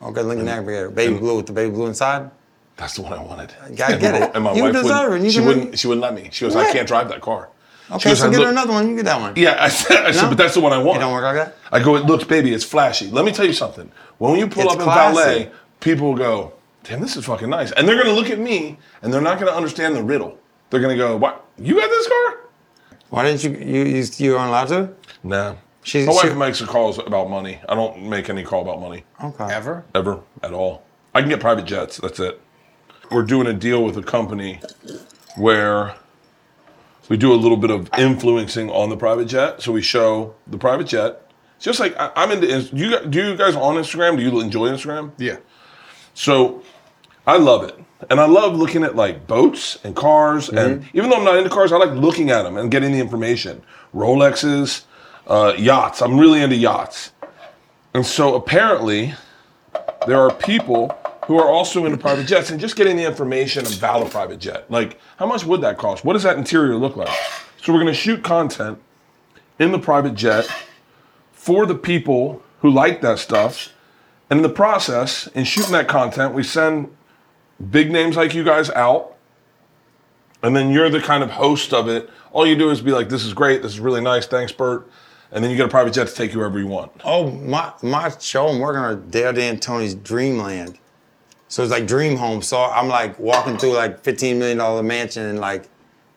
Speaker 4: Okay, Lincoln Navigator, baby blue with the baby blue inside.
Speaker 1: That's the one I wanted.
Speaker 4: gotta
Speaker 1: and
Speaker 4: get
Speaker 1: my,
Speaker 4: it.
Speaker 1: And my
Speaker 4: You
Speaker 1: wife
Speaker 4: deserve
Speaker 1: wouldn't,
Speaker 4: it. You
Speaker 1: she
Speaker 4: can-
Speaker 1: wouldn't. She wouldn't let me. She goes, I
Speaker 4: What?
Speaker 1: can't drive that car. She
Speaker 4: Okay,
Speaker 1: goes,
Speaker 4: so
Speaker 1: "I
Speaker 4: get
Speaker 1: look-"
Speaker 4: her another one. You get that one.
Speaker 1: Yeah, I said, I said,
Speaker 4: No?
Speaker 1: but that's the one I want.
Speaker 4: It don't work like that?
Speaker 1: I go, it looks, baby, it's flashy. Let me tell you something. When you pull
Speaker 4: It's
Speaker 1: up in
Speaker 4: classy.
Speaker 1: ballet, people will go, damn, this is fucking nice. And they're going to look at me and they're not going to understand the riddle. They're going to go, what? You got this car?
Speaker 4: Why didn't you you you, you weren't allowed to?
Speaker 1: Nah.
Speaker 4: She's-
Speaker 1: My wife
Speaker 4: she-
Speaker 1: makes her calls about money. I don't make any call about money
Speaker 4: Okay.
Speaker 3: Ever?
Speaker 1: ever at all. I can get private jets. That's it. We're doing a deal with a company where we do a little bit of influencing on the private jet. So we show the private jet. It's just like I, I'm into. ins- You gu- do you guys on Instagram? Do you enjoy Instagram?
Speaker 3: Yeah.
Speaker 1: So I love it. And I love looking at like boats and cars. And even though I'm not into cars, I like looking at them and getting the information. Rolexes, uh, yachts. I'm really into yachts. And so apparently, there are people who are also into private jets and just getting the information about a private jet. Like, how much would that cost? What does that interior look like? So, we're going to shoot content in the private jet for the people who like that stuff. And in the process, in shooting that content, we send big names like you guys out. And then you're the kind of host of it. All you do is be like, this is great. This is really nice. Thanks, Bert. And then you get a private jet to take you wherever you want.
Speaker 4: Oh, my my show I'm working on is Dale D'Antoni's Dreamland. So it's like Dream Home. So I'm like walking through like $15 million mansion and like,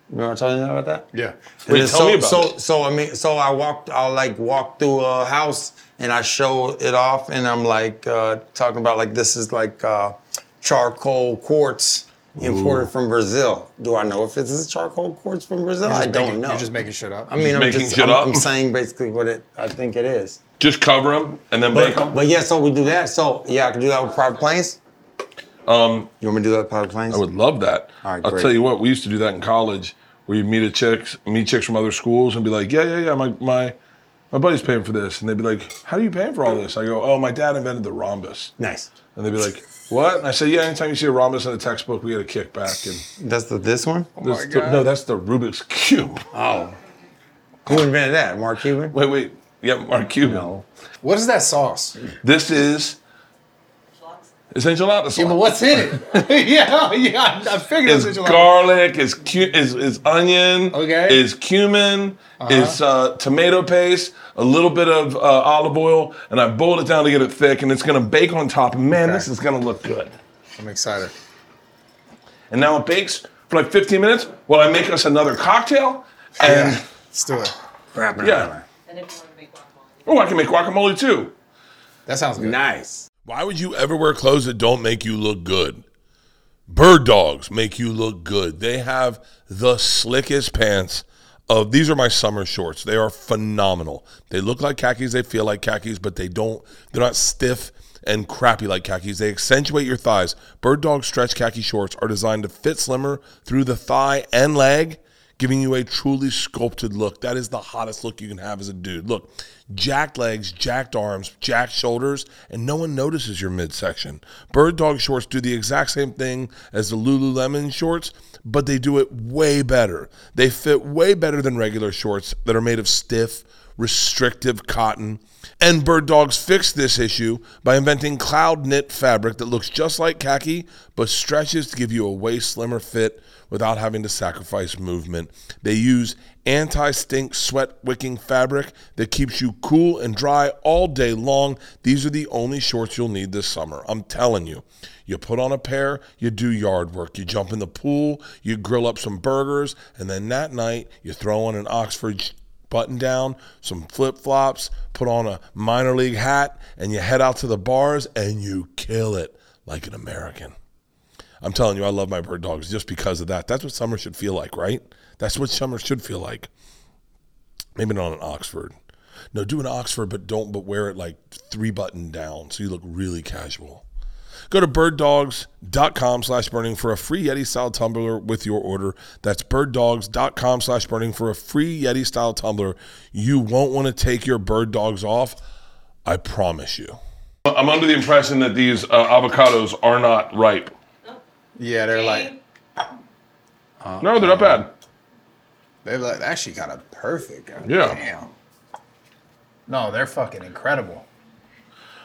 Speaker 4: remember I told you about that?
Speaker 3: Yeah.
Speaker 1: Wait,
Speaker 4: And
Speaker 1: tell
Speaker 4: so,
Speaker 1: me about
Speaker 4: so,
Speaker 1: it.
Speaker 4: So I mean, so I walked, I like walked through a house and I show it off, and I'm like uh, talking about like this is like uh, charcoal quartz imported from Brazil. Do I know if this is charcoal quartz from Brazil? I don't
Speaker 3: Making-
Speaker 4: know.
Speaker 3: You're just making shit up.
Speaker 4: I mean, I'm
Speaker 1: making
Speaker 4: just
Speaker 1: shit
Speaker 4: I'm,
Speaker 1: up?
Speaker 4: I'm saying basically what it I think it is.
Speaker 1: Just cover them and then bake
Speaker 4: But,
Speaker 1: them.
Speaker 4: but yeah, so we do that. So yeah, I can do that with private planes. Um, you want me to do that with private planes?
Speaker 1: I would love that.
Speaker 4: All right,
Speaker 1: I'll
Speaker 4: great.
Speaker 1: tell you what, we used to do that in college where you meet a chicks, meet chicks from other schools and be like, yeah, yeah, yeah, my, my, my buddy's paying for this. And they'd be like, how are you paying for all this? I go, oh, my dad invented the rhombus.
Speaker 4: Nice.
Speaker 1: And they'd be like, what? And I say, yeah, anytime you see a rhombus in a textbook, we get a kickback. And
Speaker 4: That's the this one.
Speaker 1: this- no, that's the Rubik's Cube.
Speaker 4: Oh, who invented that? Mark Cuban.
Speaker 1: Wait, wait. Yeah, Mark Cuban.
Speaker 4: No.
Speaker 3: What is that sauce?
Speaker 1: This is, it's enchilada sauce.
Speaker 3: Yeah, but what's in it? yeah, yeah, I- I figured it was
Speaker 1: It's
Speaker 3: enchilada.
Speaker 1: garlic, it's, cu- it's, it's onion,
Speaker 3: Okay. Uh-huh.
Speaker 1: it's cumin, it's uh, tomato paste, a little bit of uh, olive oil, and I boiled it down to get it thick, and it's gonna bake on top. Man,
Speaker 3: Okay.
Speaker 1: this is gonna look good.
Speaker 3: I'm excited.
Speaker 1: And now it bakes for like 15 minutes while I make us another cocktail. And
Speaker 3: Let's do it.
Speaker 1: yeah,
Speaker 2: And if you want to make guacamole.
Speaker 1: oh, I can make guacamole too.
Speaker 3: That sounds good.
Speaker 4: Nice.
Speaker 1: Why would you ever wear clothes that don't make you look good? Bird dogs make you look good. They have the slickest pants of these are my summer shorts. They are phenomenal. They look like khakis, they feel like khakis, but they don't they're not stiff and crappy like khakis. They accentuate your thighs. Bird dog stretch khaki shorts are designed to fit slimmer through the thigh and leg giving you a truly sculpted look. That is the hottest look you can have as a dude. Look, jacked legs, jacked arms, jacked shoulders, and no one notices your midsection. Bird dog shorts do the exact same thing as the Lululemon shorts, but they do it way better. They fit way better than regular shorts that are made of stiff, restrictive cotton. And Bird Dogs fixed this issue by inventing cloud knit fabric that looks just like khaki but stretches to give you a way slimmer fit without having to sacrifice movement. They use anti stink sweat wicking fabric that keeps you cool and dry all day long. These are the only shorts you'll need this summer. I'm telling you. You put on a pair, you do yard work, you jump in the pool, you grill up some burgers, and then that night you throw on an Oxford button down, some flip flops, put on a minor league hat, and you head out to the bars and you kill it like an American. I'm telling you, I love my bird dogs just because of that. That's what summer should feel like, right? That's what summer should feel like. Maybe not an Oxford. No, do an Oxford, but don't but wear it like three button down so you look really casual. Go to birddogs.com slash burning for a free Yeti style tumbler with your order. That's birddogs.com slash burning for a free Yeti style tumbler. You won't want to take your bird dogs off. I promise you. I'm under the impression that these uh, avocados are not ripe.
Speaker 3: Yeah, they're like
Speaker 1: No, they're not bad.
Speaker 3: they're like they actually kind of perfect. God
Speaker 1: Yeah.
Speaker 3: Damn. No, they're fucking incredible.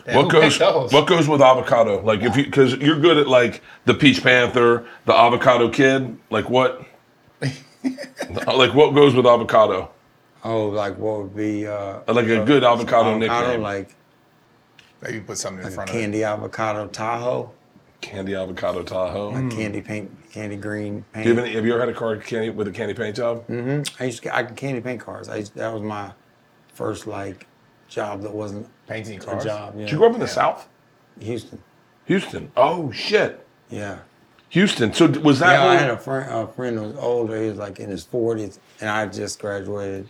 Speaker 1: What
Speaker 3: who
Speaker 1: goes
Speaker 3: picked those?
Speaker 1: What goes with avocado? Like if you because you're good at like the Peach Panther, the Avocado Kid. Like what? like what goes with avocado?
Speaker 4: Oh, like what would be uh,
Speaker 1: Like a good avocado, nickname.
Speaker 4: like
Speaker 3: Maybe put something in front of it.
Speaker 4: candy avocado Tahoe,
Speaker 1: candy avocado Tahoe.
Speaker 4: candy paint, candy green paint.
Speaker 1: Do you have, any, have you ever had a car candy with a candy paint job?
Speaker 4: I used to, I could candy paint cars. I used, that was my first like job that wasn't
Speaker 3: Painting
Speaker 4: a
Speaker 3: cars.
Speaker 4: job. Yeah.
Speaker 1: Did you grow up in the South?
Speaker 4: Houston.
Speaker 1: Houston. Oh shit.
Speaker 4: Yeah.
Speaker 1: Houston. So d- was that?
Speaker 4: Yeah, I
Speaker 1: whole-
Speaker 4: had a friend. A friend who was older. He was like in his forties, and I just graduated.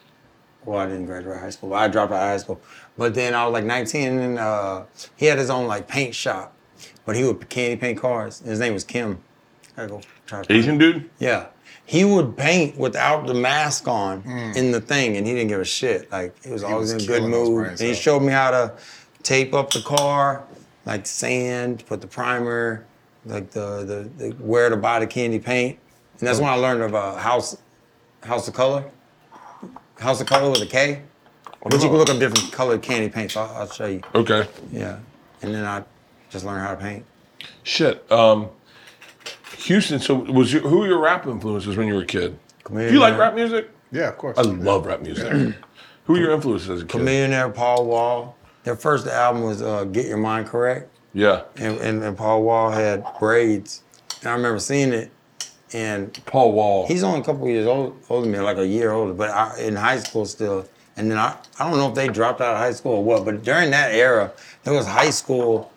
Speaker 4: Well, I didn't graduate high school. But I dropped out of high school. But then I was like 19, and then, uh, he had his own like paint shop, but he would candy paint cars. His name was Kim. I go try. to-
Speaker 1: Asian dude.
Speaker 4: Yeah. He would paint without the mask on in the thing, and he didn't give a shit. Like he was always
Speaker 3: was
Speaker 4: in a good
Speaker 3: killing those
Speaker 4: mood.
Speaker 3: brain
Speaker 4: And he
Speaker 3: cells.
Speaker 4: showed me how to tape up the car, like sand, put the primer, like the the, the where to buy the candy paint. And that's when I learned of uh, house house of color. House of color with a K. But you can look up different colored candy paints. I'll, I'll show you.
Speaker 1: Okay.
Speaker 4: Yeah. And then I just learned how to paint.
Speaker 1: Shit. Um, Houston. So was your, who were your rap influences when you were a kid? Do you like
Speaker 4: Chameleon.
Speaker 1: rap music?
Speaker 3: Yeah, of course.
Speaker 1: I love rap music. Who were your influences as a kid?
Speaker 4: Millionaire Paul Wall. Their first album was uh, Get Your Mind Correct.
Speaker 1: Yeah.
Speaker 4: and, and, and Paul Wall had braids. And I remember seeing it, and
Speaker 1: Paul Wall.
Speaker 4: he's only a couple years old, older than me, like a year older, but I, in high school still. And then I, I don't know if they dropped out of high school or what, but during that era, there was high school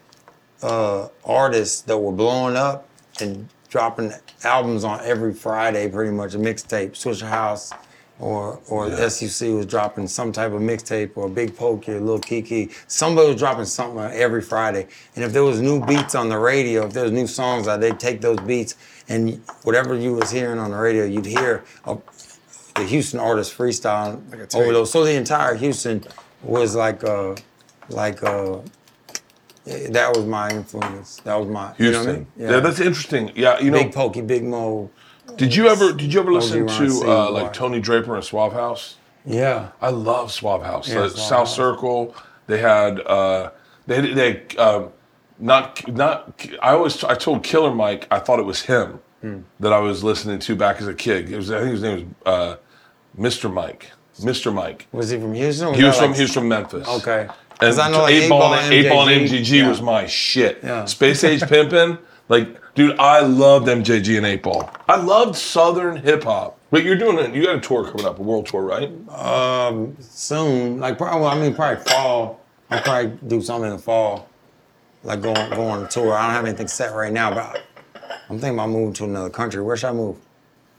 Speaker 4: uh, artists that were blowing up and dropping albums on every Friday, pretty much a mixtape, Swisher House. Or, or SUC was dropping some type of mixtape or Big Pokey or Lil Kiki. Somebody was dropping something on every Friday. And if there was new beats on the radio, if there was new songs out, they'd take those beats and whatever you was hearing on the radio, you'd hear a, the Houston artist freestyle
Speaker 3: Like a tape.
Speaker 4: over those. So the entire Houston was like uh like uh that was my influence. That was my you know
Speaker 1: Houston.
Speaker 4: what I mean?
Speaker 1: yeah. that's interesting. Yeah, you know,
Speaker 4: Big Pokey, Big Mo.
Speaker 1: did you ever did you ever listen
Speaker 4: Ron
Speaker 1: to
Speaker 4: C.
Speaker 1: uh, like
Speaker 4: Moore.
Speaker 1: Tony Draper and Swab House?
Speaker 4: Yeah.
Speaker 1: I love Swab House.
Speaker 4: Yeah,
Speaker 1: The
Speaker 4: Swab
Speaker 1: South
Speaker 4: House.
Speaker 1: Circle. They had uh, they they uh, not not. I always I told Killer Mike I thought it was him that I was listening to back as a kid. It was I think his name was uh, Mr. Mike. Mr. Mike.
Speaker 4: Was he from Houston? or
Speaker 1: He was
Speaker 4: that,
Speaker 1: from
Speaker 4: like-
Speaker 1: he was from Memphis.
Speaker 4: Okay.
Speaker 1: And
Speaker 4: 'Cause I know, like,
Speaker 1: eight ball, and eight ball and
Speaker 4: MJG.
Speaker 1: MJG
Speaker 4: Yeah.
Speaker 1: was my shit.
Speaker 4: Yeah.
Speaker 1: Space Age Pimpin', like, dude, I loved MJG and eight ball. I loved Southern hip hop. But you're doing it. You got a tour coming up, a world tour, right?
Speaker 4: Um, soon, like probably. I mean, probably fall. I'll probably do something in the fall, like go on, go on a tour. I don't have anything set right now, but I- I'm thinking about moving to another country. Where should I move?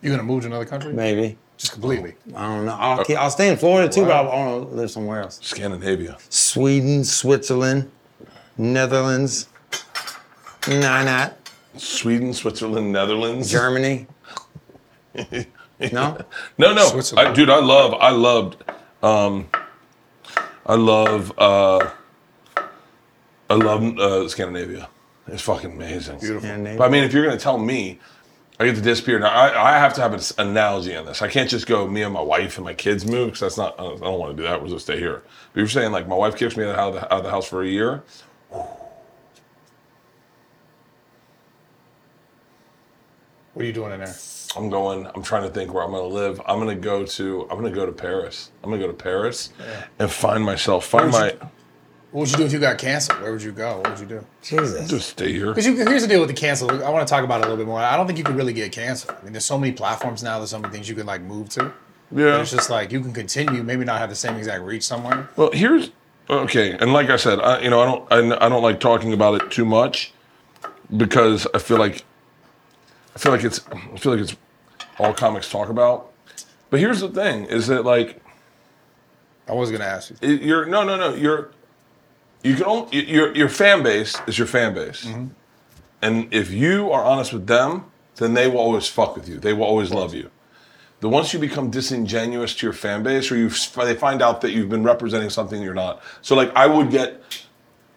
Speaker 3: You gonna move to another country?
Speaker 4: Maybe.
Speaker 3: Just completely.
Speaker 4: I don't know.
Speaker 1: Uh,
Speaker 4: I'll, keep, I'll stay in Florida too, but I want to live somewhere else.
Speaker 1: Scandinavia.
Speaker 4: Sweden, Switzerland, Netherlands. Nah, not
Speaker 1: Sweden, Switzerland, Netherlands.
Speaker 4: Germany. no,
Speaker 1: No, no.
Speaker 3: Switzerland.
Speaker 1: I, dude, I love, I loved, um, I love, uh, I love uh, Scandinavia. It's fucking amazing.
Speaker 3: Beautiful.
Speaker 4: Yeah, maybe.
Speaker 1: But I mean, if you're going to tell me, I get to disappear. Now, I, I have to have an s- analogy in this. I can't just go, me and my wife and my kids move, because that's not, I don't, want to do that. We're just stay here. But you're saying, like, my wife kicks me out of, the, out of the house for a year.
Speaker 3: What are you doing in there?
Speaker 1: I'm going, I'm trying to think where I'm going to live. I'm going to go to, I'm going to go to Paris. I'm going to go to Paris and find myself, find
Speaker 3: Where
Speaker 1: my,
Speaker 3: would What would you do if you got canceled? Where would you go? What would you do?
Speaker 4: Jesus.
Speaker 1: just stay here.
Speaker 3: Because you, here's the deal with the cancel. I want to talk about it a little bit more. I don't think you can really get canceled. I mean, there's so many platforms now. There's so many things you can like move to.
Speaker 1: Yeah.
Speaker 3: And it's just like you can continue, maybe not have the same exact reach somewhere.
Speaker 1: Well, here's okay, and like I said, I, you know, I don't, I, I don't like talking about it too much because I feel like, I feel like it's, I feel like it's all comics talk about. But here's the thing: is that like
Speaker 3: I was gonna ask you.
Speaker 1: it- you're no, no, no, you're, you can only your your fan base is your fan base,
Speaker 3: Mm-hmm.
Speaker 1: and if you are honest with them, then they will always fuck with you. They will always love you. The once you become disingenuous to your fan base, or you they find out that you've been representing something you're not. So like I would get,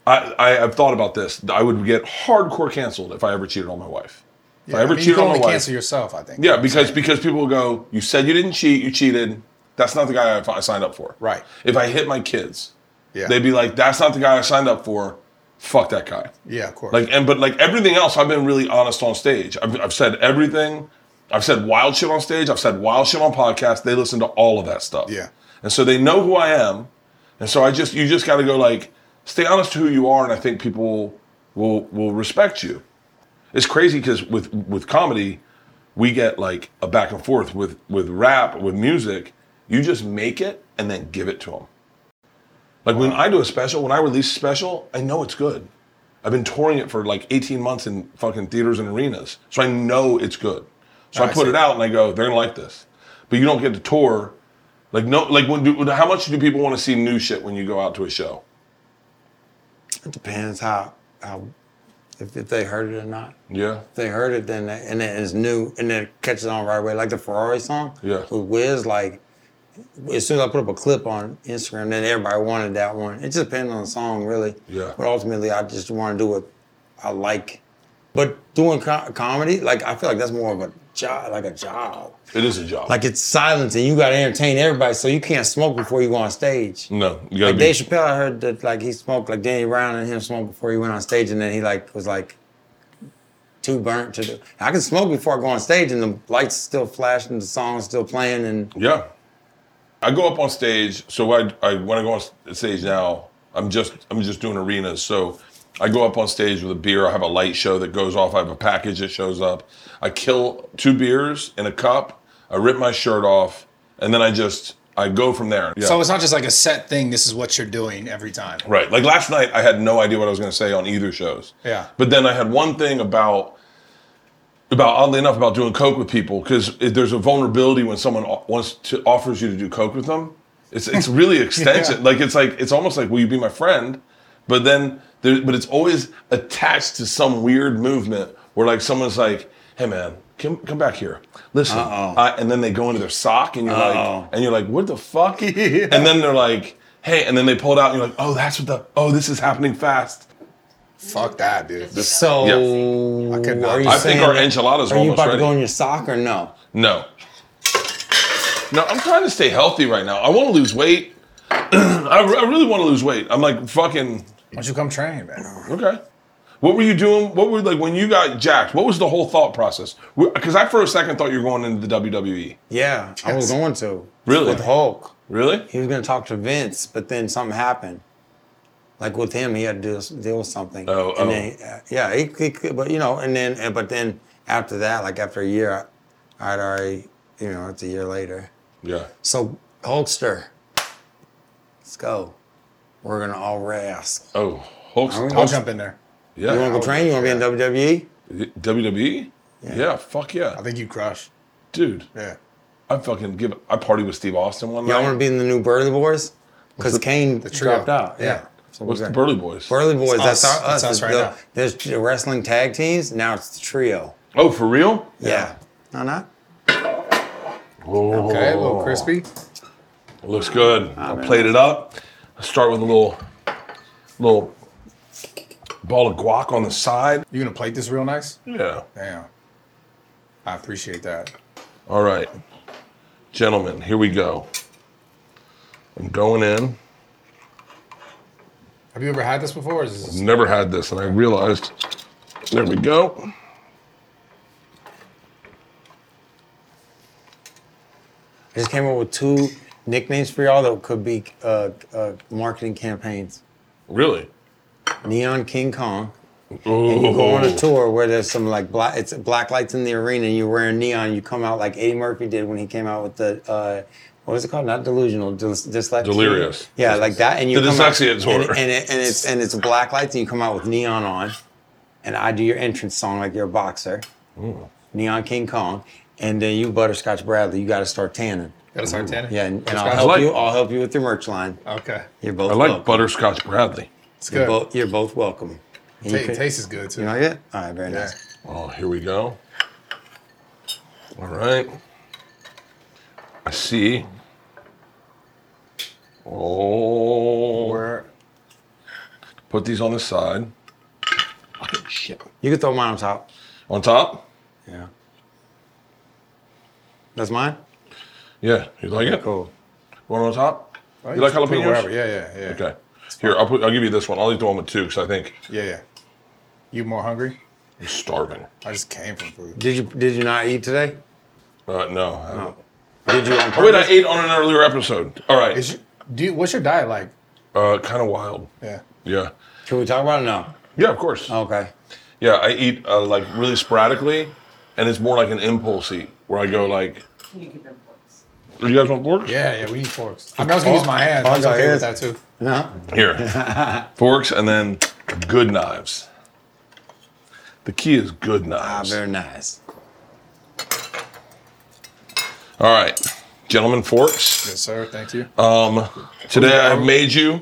Speaker 1: I, I I've thought about this. I would get hardcore canceled if I ever cheated on my wife. If I ever
Speaker 3: mean, you
Speaker 1: cheated
Speaker 3: can
Speaker 1: on my
Speaker 3: only
Speaker 1: wife,
Speaker 3: cancel yourself. I think.
Speaker 1: yeah, because because people will go, you said you didn't cheat, you cheated. That's not the guy I, I signed up for.
Speaker 3: Right.
Speaker 1: If I hit my kids,
Speaker 3: Yeah.
Speaker 1: they'd be like, that's not the guy I signed up for. fuck that guy.
Speaker 3: Yeah, of course.
Speaker 1: Like and but like everything else, I've been really honest on stage. I've, I've said everything. I've said wild shit on stage. I've said wild shit on podcasts. They listen to all of that stuff.
Speaker 3: Yeah.
Speaker 1: and so they know who I am. And so I just you just got to go like stay honest to who you are, and I think people will will respect you. It's crazy because with with comedy, we get like a back and forth with with rap with music. You just make it and then give it to them. Like when I do a special, when I release a special, I know it's good. I've been touring it for like 18 months in fucking theaters and arenas. So I know it's good. So I,
Speaker 3: I
Speaker 1: put
Speaker 3: see.
Speaker 1: it out and I go, they're gonna like this. But you don't get to tour. Like no, like when do, how much do people want to see new shit when you go out to a show?
Speaker 4: It depends how how if, if they heard it or not.
Speaker 1: Yeah,
Speaker 4: If they heard it, then they, and it is new, and then it catches on right away. Like the Ferrari song
Speaker 1: Yeah.
Speaker 4: with Wiz. Like as soon as I put up a clip on Instagram, then everybody wanted that one. It just depends on the song, really.
Speaker 1: Yeah.
Speaker 4: But ultimately, I just want to do what I like. But doing co- comedy, like I feel like that's more of a job, like a job.
Speaker 1: it is a job.
Speaker 4: Like it's silence, and you got to entertain everybody, so you can't smoke before you go on stage.
Speaker 1: no, you gotta
Speaker 4: Like
Speaker 1: be.
Speaker 4: Dave Chappelle, I heard that like he smoked like Danny Brown and him smoked before he went on stage, and then he like was like too burnt to do. I can smoke before I go on stage, and the lights still flashing, the song's still playing, and
Speaker 1: Yeah. I go up on stage, so I, I when I go on s- stage now, I'm just I'm just doing arenas. So I go up on stage with a beer. I have a light show that goes off. I have a package that shows up. I kill two beers in a cup. I rip my shirt off, and then I just I go from there. Yeah.
Speaker 3: So it's not just like a set thing. This is what you're doing every time.
Speaker 1: Right. Like last night, I had no idea what I was going to say on either shows.
Speaker 3: Yeah.
Speaker 1: But then I had one thing about about oddly enough about doing coke with people because there's a vulnerability when someone o- wants to offers you to do coke with them. It's it's really extensive. Like it's like it's almost like will you be my friend? But then there, but it's always attached to some weird movement where like someone's like, hey man. Come, come back here. Listen, I, and then they go into their sock, and you're
Speaker 4: Uh-oh.
Speaker 1: like, and you're like, what the fuck? And then they're like, hey, and then they pull it out, and you're like, oh, that's what the, oh, this is happening fast.
Speaker 3: Fuck that, dude.
Speaker 4: so
Speaker 3: I could not-
Speaker 4: are you
Speaker 3: I
Speaker 1: think
Speaker 4: saying
Speaker 1: our
Speaker 4: that-
Speaker 1: enchiladas are
Speaker 4: Are you
Speaker 1: almost
Speaker 4: about
Speaker 1: ready.
Speaker 4: to go in your sock or no?
Speaker 1: No. No, I'm trying to stay healthy right now. I want to lose weight. I, re- I really want to lose weight. I'm like fucking
Speaker 3: Why don't you come train, man?
Speaker 1: okay. What were you doing? What were like when you got jacked? What was the whole thought process? Because I for a second thought you were going into the E. WWE.
Speaker 4: Yeah, I was going to
Speaker 1: Really?
Speaker 4: with Hulk.
Speaker 1: Really?
Speaker 4: He was gonna talk to Vince, but then something happened. Like with him, he had to deal, deal with something.
Speaker 1: Oh,
Speaker 4: and
Speaker 1: oh.
Speaker 4: Then, uh, yeah, he, he could, but you know, and then, and, but then after that, like after a year, I, I'd already, you know, it's a year later.
Speaker 1: Yeah.
Speaker 4: So Hulkster, let's go. We're gonna all rest.
Speaker 1: Oh, Hulk.
Speaker 4: I mean,
Speaker 3: I'll
Speaker 1: Hulk
Speaker 3: jump in there.
Speaker 4: You
Speaker 1: Oh, yeah.
Speaker 4: wanna go train? You wanna be in E? WWE?
Speaker 1: WWE. Yeah. Fuck
Speaker 3: I
Speaker 1: yeah,
Speaker 3: think you crush.
Speaker 1: dude.
Speaker 3: Yeah.
Speaker 1: I fucking give. I party with Steve Austin one
Speaker 4: Y'all
Speaker 1: night.
Speaker 4: wanna be in the new Burley Boys? Because Kane
Speaker 3: trio.
Speaker 4: dropped out. Yeah.
Speaker 3: Yeah.
Speaker 4: So
Speaker 1: What's
Speaker 4: we're
Speaker 1: the
Speaker 4: good.
Speaker 1: Burley Boys?
Speaker 4: Burley Boys? that's
Speaker 3: us.
Speaker 4: our us.
Speaker 3: That's us
Speaker 4: It's
Speaker 3: right
Speaker 4: the-
Speaker 3: now.
Speaker 4: There's the wrestling tag teams. Now it's the trio.
Speaker 1: oh, for real?
Speaker 4: Yeah. No, not.
Speaker 3: Okay, a little crispy.
Speaker 1: Looks good. I plate it up. I start with a little, little ball of guac on the side.
Speaker 3: You gonna plate this real nice?
Speaker 1: Yeah.
Speaker 3: Damn. I appreciate that.
Speaker 1: All right, gentlemen, here we go. I'm going in.
Speaker 3: Have you ever had this before? or Is
Speaker 4: Mm.
Speaker 3: this
Speaker 1: Never had this, and I realized. There we go.
Speaker 4: I just came up with two nicknames for y'all that could be uh, uh, marketing campaigns.
Speaker 1: Really?
Speaker 4: Neon King Kong. You go on a
Speaker 1: Oh,
Speaker 4: tour where there's some like black, it's black lights in the arena. and You're wearing neon. You come out like Eddie Murphy did when he came out with the uh, what was it called? Not delusional, dys- dyslexia.
Speaker 1: Delirious.
Speaker 4: Yeah, like that. And you
Speaker 1: The
Speaker 4: come out-
Speaker 1: dyslexia tour.
Speaker 4: And, and, it, and it's and it's black lights, and you come out with neon on. And I do your entrance song like you're a boxer. Neon King Kong, and then you butterscotch Bradley. You got to start tanning.
Speaker 3: got a sartana?
Speaker 4: Yeah, and, and
Speaker 3: It's
Speaker 4: I'll
Speaker 3: got-
Speaker 4: help
Speaker 1: like-
Speaker 4: you. I'll help you with your merch line.
Speaker 3: Okay.
Speaker 4: You're both.
Speaker 1: I like
Speaker 4: welcome.
Speaker 1: butterscotch Bradley.
Speaker 3: It's
Speaker 4: You're
Speaker 3: good.
Speaker 4: both, you're both welcome. And
Speaker 3: Ta-
Speaker 4: you could-
Speaker 3: tastes is good too.
Speaker 4: You like it? All right, very
Speaker 3: yeah.
Speaker 4: nice.
Speaker 1: Oh, here we go. All right. I see. Oh.
Speaker 3: Where
Speaker 1: Put these on the side. Shit.
Speaker 4: You can throw mine on top.
Speaker 1: On top?
Speaker 4: Yeah. That's mine.
Speaker 1: Yeah. You like it?
Speaker 4: Cool.
Speaker 1: One on top?
Speaker 3: oh,
Speaker 1: you like
Speaker 3: just put it
Speaker 1: jalapenos?
Speaker 3: Wherever. Yeah, yeah, yeah.
Speaker 1: Okay. Here, I'll put. I'll give you this one. I'll eat the one with two because I think
Speaker 3: Yeah, yeah. You more hungry?
Speaker 1: I'm starving.
Speaker 3: I just came from food.
Speaker 4: Did you did you not eat today?
Speaker 1: Uh, no. I haven't.
Speaker 4: Did you on
Speaker 1: Oh, wait, I
Speaker 4: purpose?
Speaker 1: ate on an earlier episode. All right.
Speaker 3: Is your, do you, what's your diet like?
Speaker 1: Uh, kind of wild.
Speaker 3: Yeah.
Speaker 1: Yeah.
Speaker 4: Can we talk about it? No.
Speaker 1: Yeah, of course.
Speaker 4: Okay.
Speaker 1: Yeah, I eat uh, like really sporadically, and it's more like an impulse eat where I go like,
Speaker 2: You give them points.
Speaker 1: "You guys want forks?
Speaker 3: Yeah, yeah, we eat forks. I mean, I was gonna use my hands. I was
Speaker 4: Oh,
Speaker 3: okay with
Speaker 4: yeah.
Speaker 3: that too.
Speaker 4: No.
Speaker 1: Here, forks, and then good knives. The key is good
Speaker 4: Ah,
Speaker 1: knives.
Speaker 4: very nice.
Speaker 1: All right, gentlemen, forks.
Speaker 3: Yes, sir. Thank you.
Speaker 1: Today I made you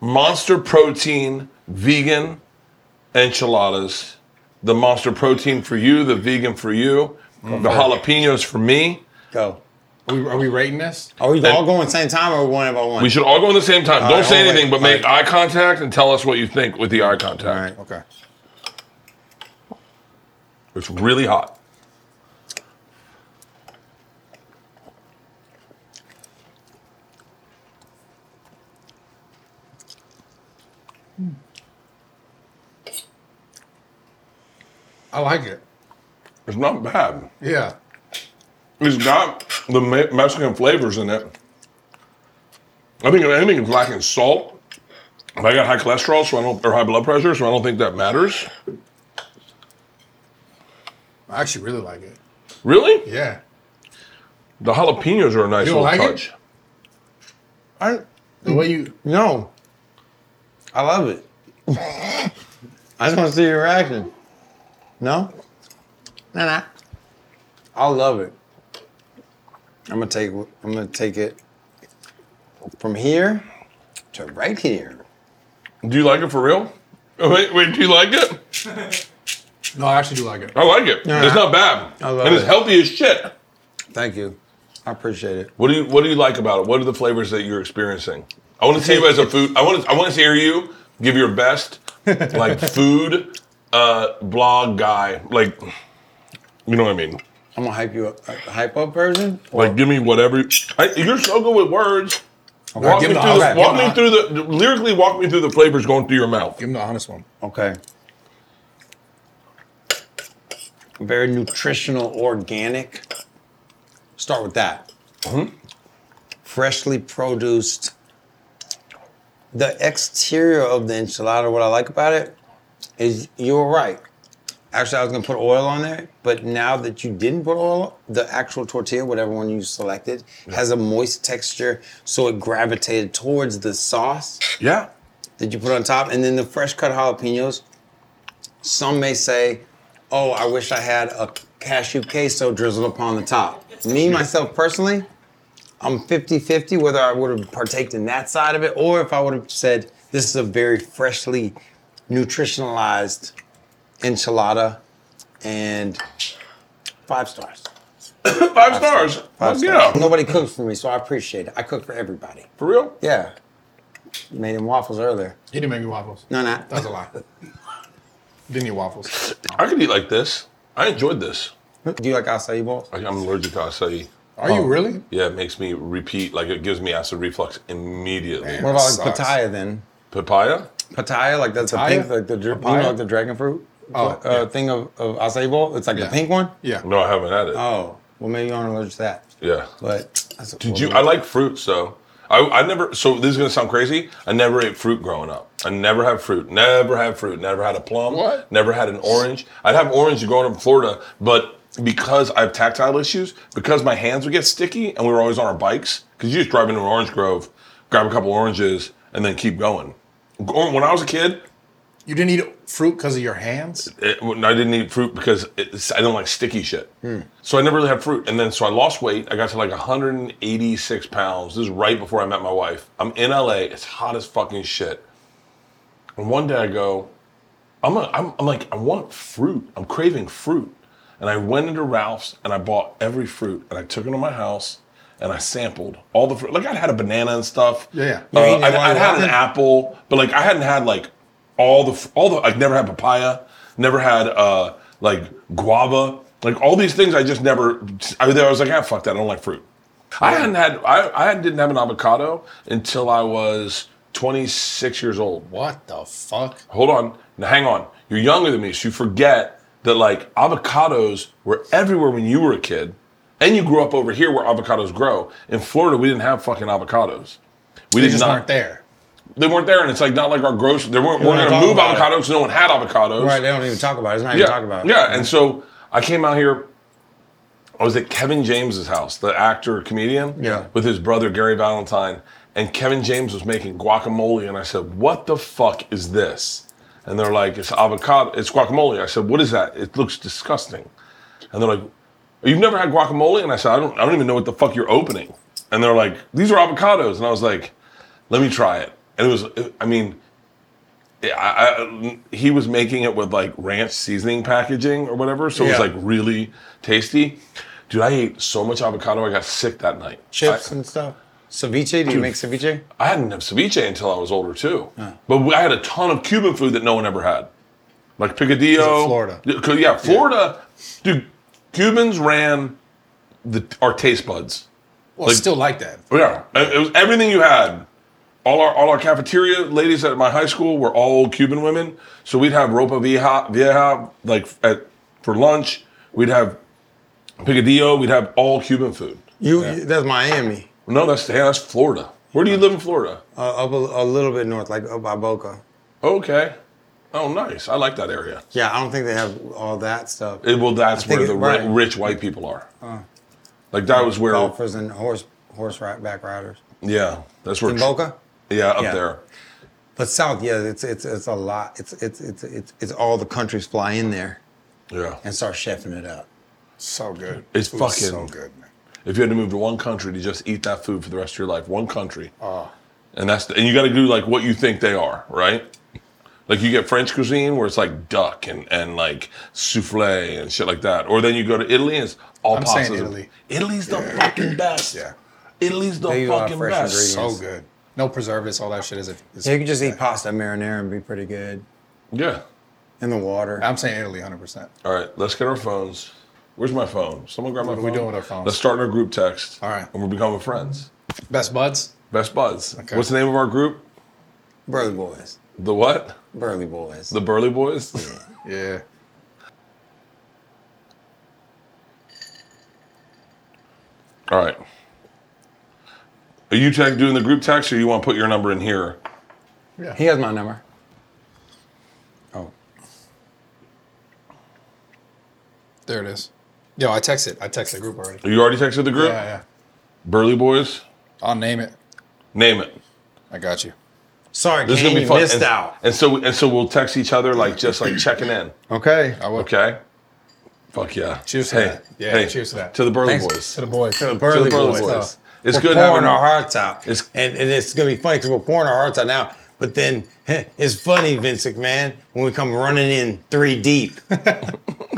Speaker 1: Monster Protein vegan enchiladas. The Monster Protein for you, the vegan for you, the jalapenos for me.
Speaker 4: Go.
Speaker 3: Are we, are we rating this?
Speaker 4: Are we all
Speaker 1: And-
Speaker 4: going same time or one by one?
Speaker 1: We should all go in the same time. Don't
Speaker 4: right,
Speaker 1: say
Speaker 4: hold
Speaker 1: anything,
Speaker 4: it.
Speaker 1: but
Speaker 4: All
Speaker 1: make eye contact and tell us what you think with the eye contact.
Speaker 4: all right.
Speaker 3: Okay.
Speaker 1: It's really hot.
Speaker 3: I like it.
Speaker 1: It's not bad.
Speaker 3: Yeah.
Speaker 1: It's got the me- Mexican flavors in it. I think if anything is lacking salt. But I got high cholesterol, so I don't, or high blood pressure, so I don't think that matters.
Speaker 3: I actually really like it.
Speaker 1: Really?
Speaker 3: Yeah.
Speaker 1: The jalapenos are a nice
Speaker 3: You
Speaker 1: little
Speaker 3: don't like it?
Speaker 1: touch.
Speaker 4: I
Speaker 3: The way you
Speaker 4: no. I love it. I just want to see your reaction. No? Nah nah. I love it. I'm gonna take I'm gonna take it from here to right here.
Speaker 1: Do you like it for real? Wait, wait, do you like it?
Speaker 3: No, I actually do like it.
Speaker 1: I like it.
Speaker 4: Yeah.
Speaker 1: It's not bad.
Speaker 4: I love
Speaker 1: and it's
Speaker 4: it.
Speaker 1: healthy as shit.
Speaker 4: Thank you. I appreciate it.
Speaker 1: What do you What do you like about it? What are the flavors that you're experiencing? I want to see you as a food. I want to. I want to hear you give your best, like food uh, blog guy. Like, you know what I mean?
Speaker 4: I'm gonna hype you up. uh, Hype up version?
Speaker 1: Like, give me whatever. I, you're so good with words. Walk
Speaker 3: give
Speaker 1: me
Speaker 3: him the
Speaker 1: through.
Speaker 3: hot-
Speaker 1: The, walk
Speaker 3: give him
Speaker 1: me through the lyrically. Walk me through the flavors going through your mouth.
Speaker 3: Give him the honest one.
Speaker 4: Okay. Very nutritional, organic. Start with that. Freshly produced. The exterior of the enchilada, what I like about it is you were right. Actually, I was gonna put oil on there, but now that you didn't put oil, the actual tortilla, whatever one you selected, has a moist texture, so it gravitated towards the sauce
Speaker 1: Yeah.
Speaker 4: that you put on top, and then the fresh cut jalapenos. Some may say, "Oh, I wish I had a cashew queso drizzled upon the top." Me myself personally, I'm 50-50 whether I would have partaked in that side of it or if I would have said, "This is a very freshly nutritionalized enchilada," and five stars.
Speaker 1: Five stars.
Speaker 4: Five
Speaker 1: Fuck
Speaker 4: stars.
Speaker 1: yeah.
Speaker 4: Nobody cooks for me, so I appreciate it. I cook for everybody.
Speaker 1: For real.
Speaker 4: Yeah, made him waffles earlier.
Speaker 3: He didn't make me waffles.
Speaker 4: No, no.
Speaker 3: That was a lie. didn't eat waffles.
Speaker 1: I could eat like this. I enjoyed this.
Speaker 4: Do you like acai bowls?
Speaker 1: Like, I'm allergic to acai.
Speaker 3: Are you really?
Speaker 1: Yeah, it makes me repeat. Like it gives me acid reflux immediately.
Speaker 3: Man.
Speaker 4: What about
Speaker 3: Sucks.
Speaker 4: like pataya then?
Speaker 1: Papaya.
Speaker 4: Pataya, like that's
Speaker 3: Pitaya?
Speaker 4: a pink, like the dra- you
Speaker 3: Papaya?
Speaker 4: know, like the dragon fruit
Speaker 3: Oh,
Speaker 4: uh,
Speaker 3: yeah.
Speaker 4: thing of, of acai bowl. It's like
Speaker 3: Yeah.
Speaker 4: the pink one.
Speaker 3: Yeah.
Speaker 1: No, I haven't had it.
Speaker 4: Oh, well maybe you aren't allergic to that.
Speaker 1: yeah.
Speaker 4: But that's a,
Speaker 1: Did you? I like fruit, so I, I never. So this is gonna sound crazy. I never ate fruit growing up. I never had fruit. Never had fruit. Never had a plum.
Speaker 3: What?
Speaker 1: Never had an orange. I'd have orange growing up in Florida, but because I have tactile issues, because my hands would get sticky, and we were always on our bikes, because you just drive into an orange grove, grab a couple oranges, and then keep going. Go- When I was a kid,
Speaker 3: You didn't eat fruit because of your hands?
Speaker 1: it, when I didn't eat fruit because it's, I don't like sticky shit. So I never really had fruit. And then, so I lost weight. I got to like 186 pounds. This is right before I met my wife. I'm in LA. It's hot as fucking shit. And one day I go, I'm, a, I'm, I'm like, I want fruit. I'm craving fruit. And I went into Ralph's and I bought every fruit and I took it to my house and I sampled all the fruit. Like I'd had a banana and stuff.
Speaker 3: Yeah, yeah.
Speaker 1: Uh,
Speaker 3: You
Speaker 4: eating it
Speaker 1: I'd,
Speaker 4: while
Speaker 1: I'd
Speaker 4: you're
Speaker 1: had an
Speaker 4: walking?
Speaker 1: apple, but like I hadn't had like all the f- all the I'd never had papaya, never had uh like guava, like all these things I just never. I, I was like, ah, fuck that. I don't like fruit. I hadn't had I I didn't have an avocado until I was 26 years old.
Speaker 3: What the fuck?
Speaker 1: Hold on. Now, hang on. You're younger than me, so you forget that like avocados were everywhere when you were a kid. And you grew up over here where avocados grow. In Florida, we didn't have fucking avocados. We
Speaker 3: They
Speaker 1: did
Speaker 3: just
Speaker 1: not.
Speaker 3: aren't there.
Speaker 1: They weren't there, and it's like not like our grocery. They weren't.
Speaker 4: don't
Speaker 1: We're gonna
Speaker 4: talk
Speaker 1: move
Speaker 4: about it.
Speaker 1: avocados. No one had avocados.
Speaker 4: Right, they don't even talk about it. It's not
Speaker 1: Yeah.
Speaker 4: even talking about it.
Speaker 1: Yeah, and so I came out here. I was at Kevin James's house, the actor comedian,
Speaker 4: Yeah.
Speaker 1: with his brother Gary Valentine, and Kevin James was making guacamole, and I said, "What the fuck is this?" And they're like, "It's avocado, it's guacamole." I said, "What is that? It looks disgusting." And they're like, "You've never had guacamole?" And I said, "I don't, I don't even know what the fuck you're opening." And they're like, "These are avocados," and I was like, "Let me try it." And it was, I mean, I, I, he was making it with like ranch seasoning packaging or whatever, so it was
Speaker 4: Yeah.
Speaker 1: like really tasty. Dude, I ate so much avocado, I got sick that night.
Speaker 4: Chips and stuff. Ceviche? Do you make ceviche?
Speaker 1: I hadn't had ceviche until I was older too. But we, I had a ton of Cuban food that no one ever had, like picadillo.
Speaker 3: Florida.
Speaker 1: Yeah, 'cause- yeah, Florida. Dude, Cubans ran the our taste buds.
Speaker 3: Well, it's still like that.
Speaker 1: Yeah, it it was everything you had. All our all our cafeteria ladies at my high school were all old Cuban women, so we'd have ropa vieja, vieja like at for lunch. We'd have picadillo. We'd have all Cuban food.
Speaker 4: You, you- that's Miami.
Speaker 1: No, that's yeah, that's Florida. Where do you live in Florida?
Speaker 4: Uh, up a, a little bit north, like up by Boca.
Speaker 1: Okay. Oh, nice. I like that area.
Speaker 4: Yeah, I don't think they have all that stuff.
Speaker 1: It, well, that's
Speaker 4: think
Speaker 1: where the
Speaker 4: it- Uh.
Speaker 1: ri-
Speaker 4: right.
Speaker 1: rich white people are. like that was where.
Speaker 4: Golfers and horse horse ri- back riders.
Speaker 1: Yeah, that's where.
Speaker 4: In
Speaker 1: tr-
Speaker 4: Boca?
Speaker 1: Yeah, up
Speaker 4: Yeah.
Speaker 1: there.
Speaker 4: But south, yeah, it's it's it's a lot. It's it's it's it's, it's all the countries fly in there
Speaker 1: Yeah.
Speaker 4: and start chefing it up.
Speaker 3: So good.
Speaker 1: It's
Speaker 3: Food's
Speaker 1: fucking-
Speaker 3: so good, man.
Speaker 1: If you had to move to one country to just eat that food for the rest of your life, one country.
Speaker 4: Ah.
Speaker 1: And that's and you got to do like what you think they are, right? Like you get French cuisine where it's like duck and and like souffle and shit like that, or then you go to Italy and it's all
Speaker 3: I'm
Speaker 1: pastas.
Speaker 3: saying Italy.
Speaker 1: Italy's the fucking best.
Speaker 3: Yeah.
Speaker 1: Italy's the
Speaker 4: They use a lot of
Speaker 1: fucking
Speaker 4: fresh
Speaker 1: best.
Speaker 4: ingredients.
Speaker 3: So good. No preservatives, all that shit is. is
Speaker 4: Yeah, you can just eat pasta marinara and be pretty good
Speaker 1: Yeah.
Speaker 4: in the water.
Speaker 3: I'm saying Italy, 100. percent
Speaker 1: All right, let's get our phones. Where's my phone? Someone grab my
Speaker 3: What are
Speaker 1: phone.
Speaker 3: we doing with our phones?
Speaker 1: Let's start in our group text.
Speaker 3: All right.
Speaker 1: And we're becoming friends.
Speaker 3: Best buds.
Speaker 1: Best buds.
Speaker 3: Okay.
Speaker 1: What's the name of our group?
Speaker 4: Burley boys,
Speaker 1: The what?
Speaker 4: Burley boys.
Speaker 1: The Burly Boys?
Speaker 3: Yeah.
Speaker 1: All right. Are you tech doing the group text or you want to put your number in here?
Speaker 4: he has my number. Oh,
Speaker 3: There it is. Yo, I texted. I texted the group already.
Speaker 1: You already texted the
Speaker 3: Yeah,
Speaker 1: group?
Speaker 3: yeah.
Speaker 1: Burly Boys?
Speaker 3: I'll name it.
Speaker 1: Name it.
Speaker 3: I got you.
Speaker 4: sorry,
Speaker 1: This is
Speaker 4: Kane,
Speaker 1: gonna be
Speaker 4: you
Speaker 1: fun.
Speaker 4: missed
Speaker 1: and,
Speaker 4: out.
Speaker 1: And so and so we'll text each other like just like checking in.
Speaker 4: Okay,
Speaker 3: I will.
Speaker 1: Okay? Fuck yeah.
Speaker 3: Oh. Cheers to
Speaker 1: hey,
Speaker 3: that. Yeah,
Speaker 1: hey,
Speaker 3: cheers to that.
Speaker 1: To the Burly
Speaker 4: Thanks.
Speaker 1: Boys.
Speaker 3: To the boys.
Speaker 4: the Burley,
Speaker 1: Burley
Speaker 4: boys.
Speaker 1: Boys.
Speaker 4: Us.
Speaker 1: It's
Speaker 4: we're
Speaker 1: good
Speaker 4: pouring
Speaker 1: having-
Speaker 4: our hearts out.
Speaker 1: It's-
Speaker 4: and, and it's gonna be funny because we're pouring our hearts out now. But then it's funny, Vince McMahon, when we come running in three deep,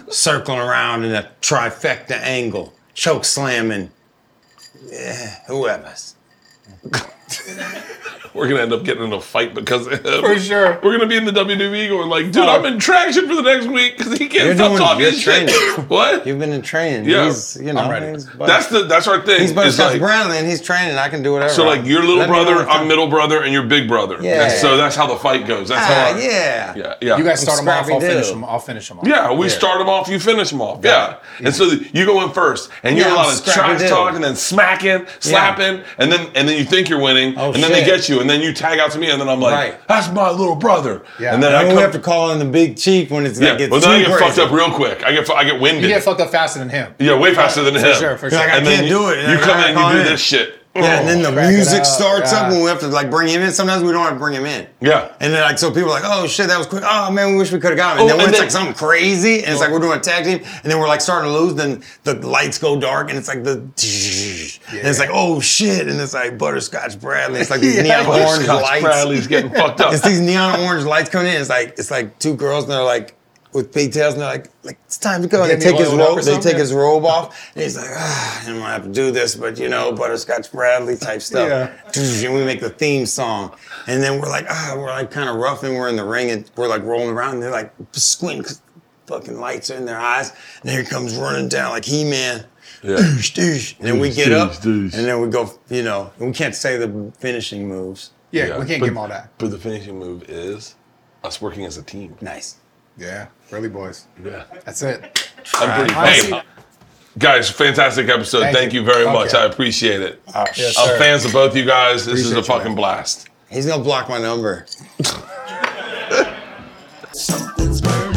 Speaker 4: circling around in a trifecta angle, choke slamming eh, whoever's.
Speaker 1: We're gonna end up getting in a fight because of him.
Speaker 3: For sure.
Speaker 1: We're gonna be in the WWE going like, dude, I'm in traction for the next week because he can't
Speaker 4: You're
Speaker 1: stop
Speaker 4: doing
Speaker 1: talking
Speaker 4: good
Speaker 1: shit.
Speaker 4: training.
Speaker 1: what?
Speaker 4: You've been in training.
Speaker 1: Yeah,
Speaker 4: he's, you know,
Speaker 3: I'm ready.
Speaker 4: He's, but,
Speaker 1: That's the that's our thing.
Speaker 4: he's but
Speaker 1: It's like-
Speaker 4: Brownlee and he's training. I can do whatever.
Speaker 1: So like your little
Speaker 4: Let me know
Speaker 1: brother,
Speaker 4: when it's
Speaker 1: I'm
Speaker 4: time.
Speaker 1: middle brother, and your big brother.
Speaker 4: Yeah.
Speaker 1: And so that's how the fight goes. That's how.
Speaker 4: Ah,
Speaker 1: our-
Speaker 4: yeah.
Speaker 1: Yeah. Yeah.
Speaker 3: You guys start them off.
Speaker 4: Scrappy
Speaker 3: I'll finish
Speaker 4: dude.
Speaker 3: them. I'll finish them off.
Speaker 1: Yeah, we
Speaker 4: Yeah.
Speaker 1: start them off, you finish them off. Yeah. And so you go in first, and you're
Speaker 4: Yeah,
Speaker 1: a lot
Speaker 4: I'm
Speaker 1: of
Speaker 4: scrappy
Speaker 1: trash
Speaker 4: dude.
Speaker 1: talking and smacking, slapping, and then and then you think you're winning,
Speaker 4: Oh,
Speaker 1: and then they
Speaker 4: shit.
Speaker 1: get you, and then you tag out to me, and then I'm like,
Speaker 4: Right.
Speaker 1: that's my little brother.
Speaker 3: Yeah.
Speaker 1: And then
Speaker 4: And
Speaker 1: I
Speaker 4: we
Speaker 1: come,
Speaker 4: have to call in the big chief when it's
Speaker 1: yeah,
Speaker 4: like, it's
Speaker 1: well, then I
Speaker 4: too
Speaker 1: get
Speaker 4: crazy.
Speaker 1: fucked up real quick. I get fu- I get winded.
Speaker 3: You get fucked up faster than him.
Speaker 1: yeah, way faster than him.
Speaker 3: sure, for
Speaker 4: You're like,
Speaker 3: sure.
Speaker 4: I
Speaker 1: And then
Speaker 4: can't
Speaker 1: you,
Speaker 4: do it.
Speaker 1: You come in, you do
Speaker 4: this
Speaker 1: this shit.
Speaker 4: Yeah, and then the
Speaker 3: Crack it
Speaker 4: music
Speaker 3: up,
Speaker 4: starts
Speaker 3: yeah.
Speaker 4: up when we have to like bring him in. Sometimes we don't have to bring him in.
Speaker 1: Oh. Yeah.
Speaker 4: And then like so people are like, oh shit, that was quick. Oh man, we wish we could have got him. And
Speaker 1: Oh,
Speaker 4: then when
Speaker 1: and
Speaker 4: it's
Speaker 1: then- Oh.
Speaker 4: like something crazy, and it's like we're doing a tag team, and then we're like starting to lose, then the lights go dark, and it's like the and it's like, oh shit, and it's like butterscotch Bradley. It's like these neon orange
Speaker 1: Scotch
Speaker 4: lights.
Speaker 1: Bradley's getting fucked up.
Speaker 4: It's these neon orange lights coming in. It's like it's like two girls and they're like with pigtails and they're like, like it's time to go. And
Speaker 3: Get
Speaker 4: they
Speaker 3: me
Speaker 4: take his
Speaker 3: oiled up or
Speaker 4: robe, they
Speaker 3: something?
Speaker 4: take his robe off, and he's like, ah, I didn't want to have to do this, but you know, butterscotch Bradley type stuff. And we make the theme song. And then we're like, ah, we're like kind of rough and we're in the ring and we're like rolling around and they're like squinting 'cause fucking lights are in their eyes. And here he comes running down like He-Man.
Speaker 1: Yeah.
Speaker 4: Doosh, doosh. And then we
Speaker 1: Doosh,
Speaker 4: get up
Speaker 1: doosh, doosh.
Speaker 4: and then we go, you know, and we can't say the finishing moves.
Speaker 3: Yeah, we
Speaker 1: but-
Speaker 3: can't give them all that.
Speaker 1: But the finishing move is us working as a team.
Speaker 4: Nice.
Speaker 3: Yeah, really, boys.
Speaker 1: Yeah.
Speaker 3: That's it.
Speaker 1: I'm pretty
Speaker 3: Alright,
Speaker 1: hey, guys, fantastic episode. Thank,
Speaker 3: Thank
Speaker 1: you.
Speaker 3: you.
Speaker 1: very
Speaker 3: Fuck
Speaker 1: much.
Speaker 3: yeah.
Speaker 1: I appreciate it.
Speaker 3: Yes,
Speaker 1: I'm
Speaker 3: sir.
Speaker 1: fans of both you guys. This is a
Speaker 3: Appreciate you,
Speaker 1: fucking
Speaker 3: man.
Speaker 1: blast.
Speaker 4: He's gonna block my number.
Speaker 5: Something's burning.